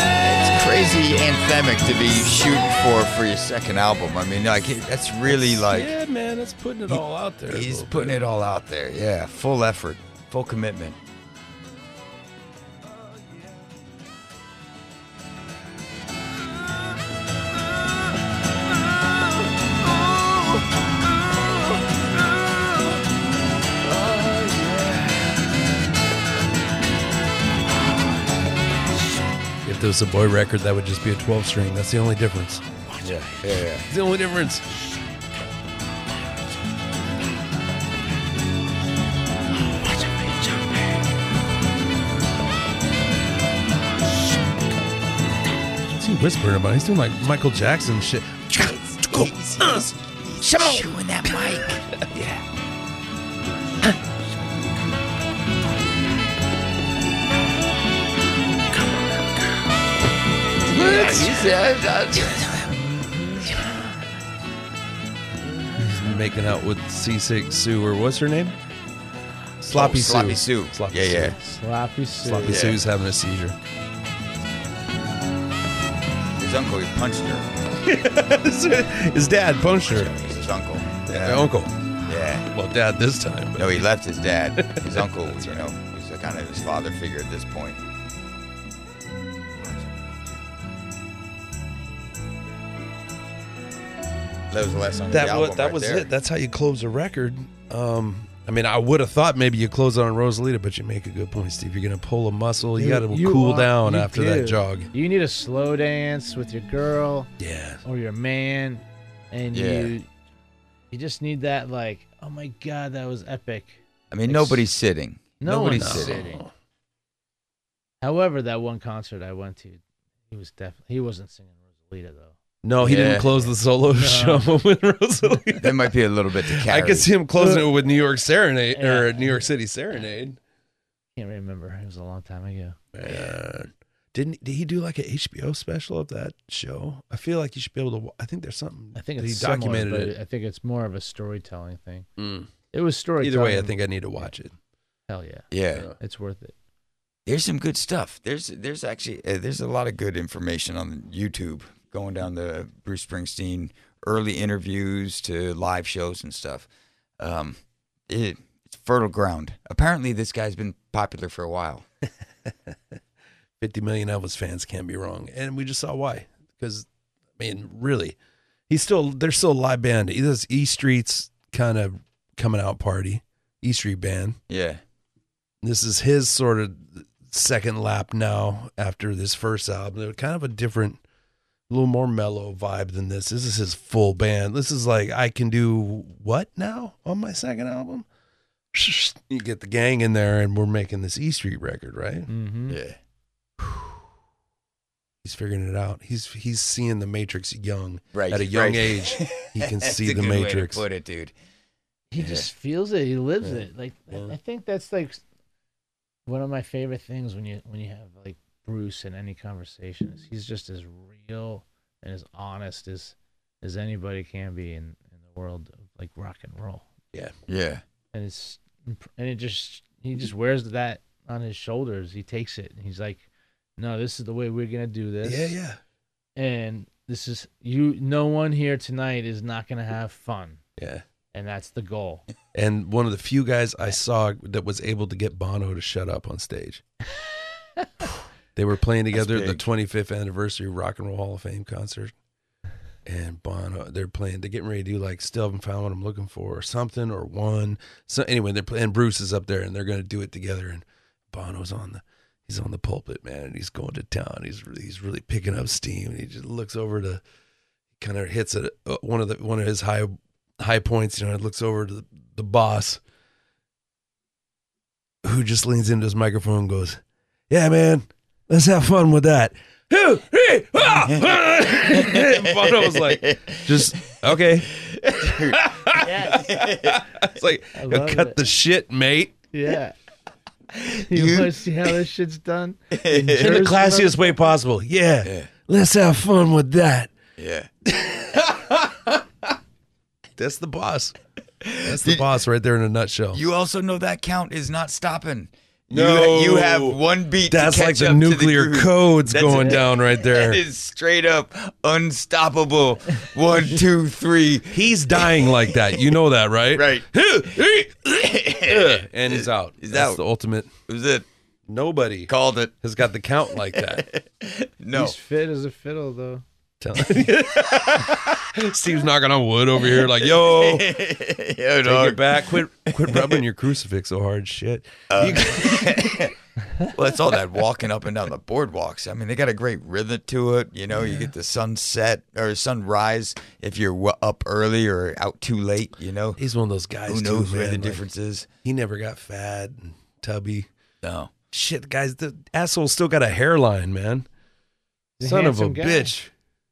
S1: It's crazy anthemic to be shooting for for your second album. I mean, like it- that's really like
S2: yeah, man, that's putting it all out there. a
S1: he's
S2: little
S1: putting it all out there. Yeah, full effort, full commitment.
S2: bit. If there was a boy record, that would just be a 12 string. That's the only difference.
S1: Yeah, yeah, yeah.
S2: It's the only difference. What's he whispering about? He's doing like Michael Jackson shit. He's making out with C6 Sue or what's her name? Sloppy
S1: Oh, Sloppy
S2: Sue.
S1: Sue. yeah, yeah.
S3: Sloppy Sue.
S2: Sloppy
S1: Yeah.
S2: Sue's having a seizure.
S1: His uncle, he punched her.
S2: His dad punched her.
S1: He's his uncle.
S2: My
S1: Yeah.
S2: uncle.
S1: yeah.
S2: Well, dad this time.
S1: No, he left his dad. His uncle, you know, was kind of his father figure at this point. That was the last song. of the
S2: that
S1: album
S2: was that
S1: right
S2: was
S1: there.
S2: it. That's how you close a record. Um, I mean, I would have thought maybe you close on Rosalita, but you make a good point, Steve. You're gonna pull a muscle. You,
S3: Dude,
S2: gotta
S3: you
S2: cool
S3: are-
S2: down
S3: you
S2: after
S3: do.
S2: that jog.
S3: You need a slow dance with your girl
S2: Yeah,
S3: or your man, and
S1: Yeah.
S3: you you just need that like, oh my god, that was epic.
S1: I mean, nobody's sitting.
S3: No
S1: Nobody's
S3: one's
S1: sitting.
S3: sitting. However, that one concert I went to, he was definitely he wasn't singing Rosalita though.
S2: no, he
S1: Yeah.
S2: didn't close the solo show with Rosalita.
S1: That might be a little bit to carry.
S2: I could see him closing it with New York Serenade or
S3: Yeah.
S2: New York City Serenade.
S3: Can't remember. It was a long time ago.
S2: Man. Didn't did he do like an HBO special of that show? I feel like you should be able to. wa- I think there's something.
S3: I think
S2: that
S3: it's
S2: he
S3: similar,
S2: documented
S3: but
S2: it.
S3: I think it's more of a storytelling thing.
S2: Mm.
S3: It was storytelling.
S2: Either way, I think I need to watch it.
S3: hell yeah,
S1: Yeah.
S3: it's worth it.
S1: there's some good stuff. There's there's actually uh, there's a lot of good information on YouTube going down the Bruce Springsteen early interviews to live shows and stuff. Um, it, it's fertile ground. Apparently, this guy's been popular for a while.
S2: 50 million Elvis fans can't be wrong. And we just saw why. Because, I mean, really, he's still, they're still a live band. Either it's E Street's kind of coming out party, E Street band.
S1: Yeah,
S2: This is his sort of second lap now after this first album. They're kind of a different, a little more mellow vibe than this. This is his full band. This is like, I can do what now on my second album? you get the gang in there, and we're making this E Street record, right?
S3: Mm-hmm.
S1: Yeah.
S2: He's figuring it out. He's he's seeing the Matrix young
S1: Right.
S2: at a young
S1: right.
S2: age. He can
S1: That's
S2: see
S1: a
S2: the
S1: good way to
S2: Matrix.
S1: put it, dude.
S3: He
S1: Yeah.
S3: just feels it. He lives
S2: Yeah.
S3: it. Like I-
S2: Yeah.
S3: I think that's like s- one of my favorite things when you when you have like Bruce in any conversation. Is he's just as real and as honest as as anybody can be in in the world of like rock and roll.
S1: Yeah.
S3: And it's imp- and it just he just wears that on his shoulders. He takes it and he's like, "No, this is the way we're gonna do this."
S2: Yeah, yeah.
S3: And this is you. No one here tonight is not gonna have fun,
S2: Yeah.
S3: and that's the goal.
S2: And one of the few guys I saw that was able to get Bono to shut up on stage. they were playing together at the
S1: big.
S2: 25th anniversary Rock and Roll Hall of Fame concert. And Bono, they're playing, they're getting ready to do like Still Haven't Found What I'm Looking For or something or one. So anyway, they're playing, Bruce is up there and they're going to do it together. And Bono's on the, he's on the pulpit, man, and he's going to town. He's really, he's really picking up steam. And he just looks over to, kind of hits it uh, one of the one of his high high points. You know, and looks over to the, the boss, who just leans into his microphone and goes, "Yeah, man, let's have fun with that." Two, three, ah! and Bono was like, "Just okay."
S3: Yes.
S2: It's like,
S3: I love
S2: cut
S3: it.
S2: the shit, mate.
S3: Yeah.
S1: You-
S3: You want to see how this shit's done?
S2: In the
S3: Here's
S2: classiest way possible. Yeah, let's have fun with that.
S1: Yeah.
S2: That's the boss. That's the boss right there in a nutshell.
S1: You also know that count is not stopping.
S2: No.
S1: You, you have one beat. to
S2: That's
S1: catch
S2: like the
S1: up to
S2: nuclear
S1: groove.
S2: codes
S1: That's
S2: going
S1: it.
S2: down right
S1: That
S2: there.
S1: is straight up unstoppable. One, two, three.
S2: He's dying like that. You know that, right?
S1: Right.
S2: Right. and he's out.
S1: He's
S2: That's
S1: out.
S2: the ultimate.
S1: It was it.
S2: Nobody
S1: Called it.
S2: has got the count like that.
S1: No.
S3: He's fit as a fiddle, though.
S2: Tell- Steve's knocking on wood over here, like, yo, take
S1: Yo,
S2: it
S1: dog.
S2: back. Quit, quit rubbing your crucifix so hard. Shit.
S1: Well, it's all that walking up and down the boardwalks. I mean, they got a great rhythm to it. You know, you get the sunset or sunrise if you're w- up early or out too late. You know,
S2: He's one of those guys.
S1: who
S2: too,
S1: knows where
S2: man,
S1: the
S2: like,
S1: difference is?
S2: He never got fat and tubby.
S1: No.
S2: Shit, guys, the asshole's still got a hairline, man.
S3: He's a
S2: Son of a
S3: handsome guy.
S2: bitch.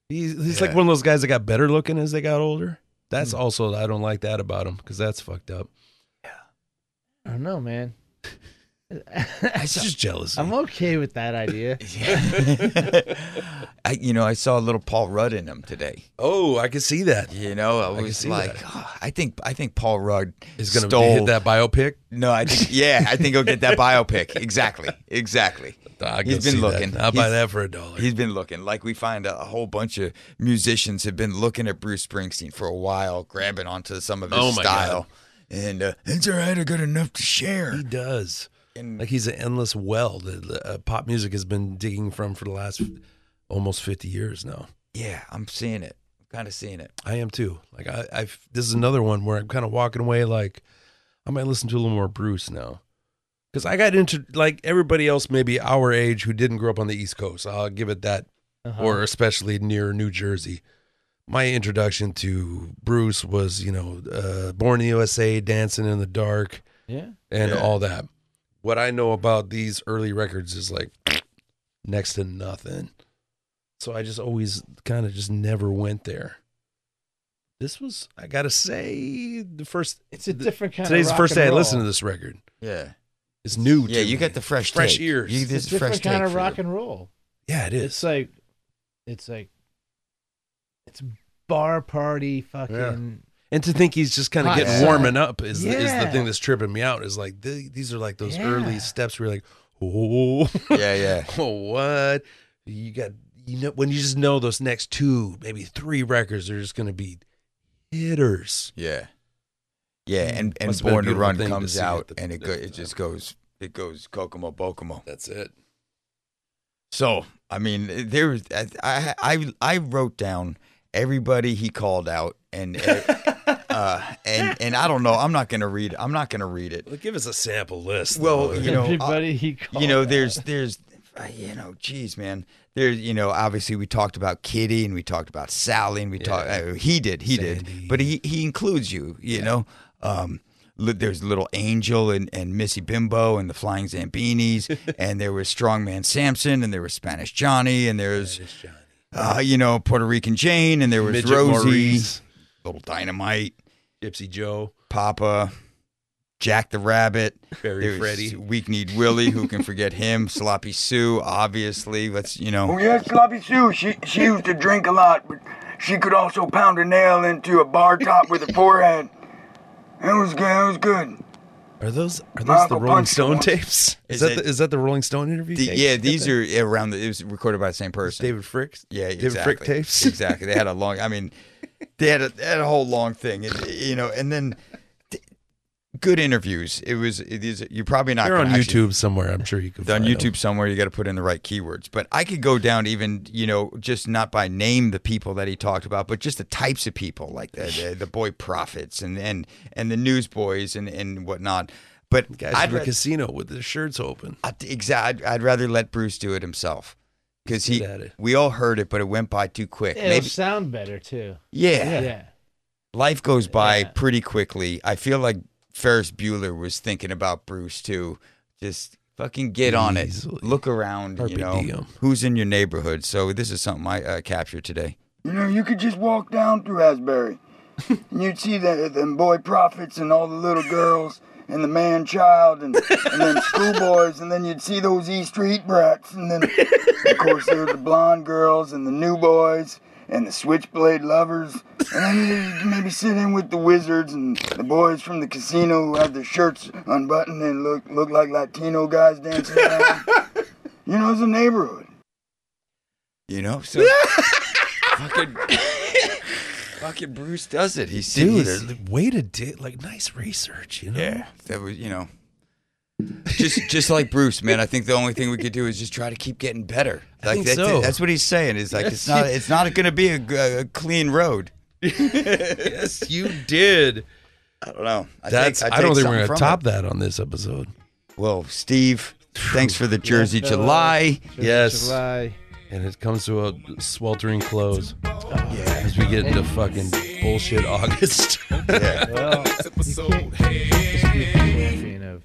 S2: He's, he's like
S1: Yeah. Hmm.
S2: one of those guys that got better looking as they got older. That's also I don't like that about him because that's fucked up.
S3: I don't know, man.
S2: It's just jealousy.
S3: I'm okay with that idea.
S1: I, you know, I saw a little Paul Rudd in him today.
S2: oh, I can see that.
S1: You know, I
S2: can
S1: was
S2: see
S1: like,
S2: that.
S1: "Oh, I think, I think Paul Rudd
S2: He's gonna
S1: stole
S2: hit that biopic.
S1: No, I think, yeah, I think he'll get that biopic. Exactly, exactly.
S2: I can
S1: He's been
S2: see that.
S1: looking.
S2: I'll buy
S1: He's-
S2: that for a dollar.
S1: He's been looking. Like we find a, a whole bunch of musicians have been looking at Bruce Springsteen for a while, grabbing onto some of his
S2: Oh, my
S1: style. And uh, it's all right. I got enough to share.
S2: He does.
S1: And-
S2: Like he's an endless well that the, uh, pop music has been digging from for the last almost 50 years now.
S1: Yeah, I'm seeing it. I'm kind of seeing it.
S2: I am too. Like I, I, this is another one where I'm kind of walking away. Like I might listen to a little more Bruce now, because I got into like everybody else, maybe our age, who didn't grow up on the East Coast. I'll give it that,
S3: Uh-huh.
S2: or especially near New Jersey. My introduction to Bruce was, you know, uh, Born in the USA, Dancing in the Dark,
S3: yeah.
S2: and all that. What I know about these early records is like next to nothing. So I just always kind of just never went there. This was, I gotta say, the first.
S3: It's a
S2: the-
S3: different kind
S2: Today's
S3: of
S2: the
S3: rock
S2: first
S3: and
S2: day I
S3: roll.
S2: listened to this record.
S1: Yeah,
S2: It's new.
S1: yeah.
S2: to
S1: You
S2: me.
S1: got the fresh,
S2: fresh
S1: take.
S2: ears.
S1: You, this
S3: It's
S1: is
S3: a
S1: fresh
S3: different kind
S1: take
S3: of
S1: for
S3: rock
S1: you.
S3: and roll.
S2: yeah, it
S3: It's
S2: is.
S3: like, it's like, it's bar party fucking.
S2: And to think he's just kind of
S3: Hot
S2: getting
S1: stuff.
S2: warming up is the, is the
S3: Yeah.
S2: thing that's tripping me out. Is like the, these are like those
S3: Yeah.
S2: early steps where you're like, oh,
S1: Yeah, yeah.
S2: oh what you got you know when you just know those next two maybe three records are just going to be hitters
S1: Yeah. Yeah, and, and
S2: Must've Mm. been a
S1: Born to
S2: beautiful
S1: Run
S2: thing to
S1: comes
S2: see at
S1: out
S2: the-
S1: and it
S2: at
S1: go,
S2: the
S1: it just goes it goes Kokomo Bokomo.
S2: that's it
S1: So, I mean, there was I I I, I wrote down everybody he called out and uh and and I don't know, I'm not going to read I'm not going to read it.
S2: well, give us a sample list
S1: Well,
S2: though.
S1: You know, uh,
S3: Everybody he called.
S2: Oh,
S1: you know,
S3: out.
S1: there's there's uh, you know, geez, man. There's you know, obviously we talked about Kitty and we talked about Sally and we talked. Uh, he did, he
S2: Sandy.
S1: did, but he he includes you, you know. Um, li- there's Little Angel and, and Missy Bimbo and the Flying Zambinis, and there was Strongman Samson, and there was Spanish Johnny, and there's, uh, you know, Puerto Rican Jane, and there was
S2: Midget
S1: Rosie,
S2: Maurice,
S1: Little Dynamite,
S2: Gypsy Joe,
S1: Papa, Jack the Rabbit.
S2: Barry
S1: There's
S2: Freddy.
S1: Weak Need Willie, who can forget him? Sloppy Sue, obviously. Let's, you know.
S6: Oh yeah, Sloppy Sue. She she used to drink a lot, but she could also pound a nail into a bar top with her forehead. It was good. It was good.
S2: Are those are
S6: My
S2: those the
S6: Uncle
S2: Rolling
S6: Punch
S2: Stone
S6: one.
S2: tapes?
S1: Is
S2: Is, that
S1: it-
S2: the, is that the Rolling Stone interview?
S1: The-
S2: tapes?
S1: yeah, these are around the, it was recorded by the same person.
S2: David Frick.
S1: yeah,
S2: David
S1: exactly.
S2: Frick tapes.
S1: exactly. They had a long, I mean, they had a, they had a whole long thing, and, you know, and then th- good interviews. It was, it is, you're probably not
S2: They're on
S1: gonna actually-
S2: YouTube somewhere. I'm sure you can.
S1: on
S2: find them.
S1: YouTube somewhere. You got to put in the right keywords. But I could go down even, you know, just not by name the people that he talked about, but just the types of people, like the the, the boy prophets and and and the newsboys and and whatnot. But
S2: Guys
S1: I'd,
S2: in the
S1: ra-
S2: casino with their shirts open.
S1: I'd, exa- I'd, I'd rather let Bruce do it himself because he.
S2: Get at it.
S1: We all heard it, but it went by too quick.
S3: It'll
S1: Maybe,
S3: sound better too.
S1: yeah,
S3: yeah.
S1: life goes by
S3: Yeah.
S1: pretty quickly. I feel like Ferris Bueller was thinking about Bruce too. Just fucking get on it.
S2: Easily.
S1: Look around,
S2: Carpe
S1: you know,
S2: diem.
S1: who's in your neighborhood. So this is something I uh, captured today.
S6: You know, you could just walk down through Asbury, and you'd see the them boy prophets and all the little girls and the man child and, and then schoolboys, and then you'd see those E Street brats, and then of course there were the blonde girls and the new boys and the switchblade lovers, and then you'd maybe sit in with the wizards and the boys from the casino who had their shirts unbuttoned and look looked like Latino guys dancing around. You know, it's a neighborhood.
S1: You know, so fucking fucking Bruce does it. He
S2: Dude,
S1: sees.
S2: uh, way to did like nice research. You know.
S1: Yeah, that was you know. just just like Bruce, man. I think the only thing we could do is just try to keep getting better. Like
S2: think
S1: that's, it.
S2: so.
S1: that's what he's saying. Is like it's not it's not going to be a, g- a clean road.
S2: Yes, you did.
S1: I don't know. I
S2: That's.
S1: take-
S2: I, don't
S1: take
S2: think we're
S1: something
S2: gonna
S1: from
S2: top
S1: it.
S2: that on this episode.
S1: Well, Steve, thanks for the Jersey
S3: fellas.
S1: July.
S3: Jersey
S2: Yes.
S3: July.
S2: And it comes to a sweltering close. As we get into fucking bullshit August.
S3: Well, you can't just be a champion of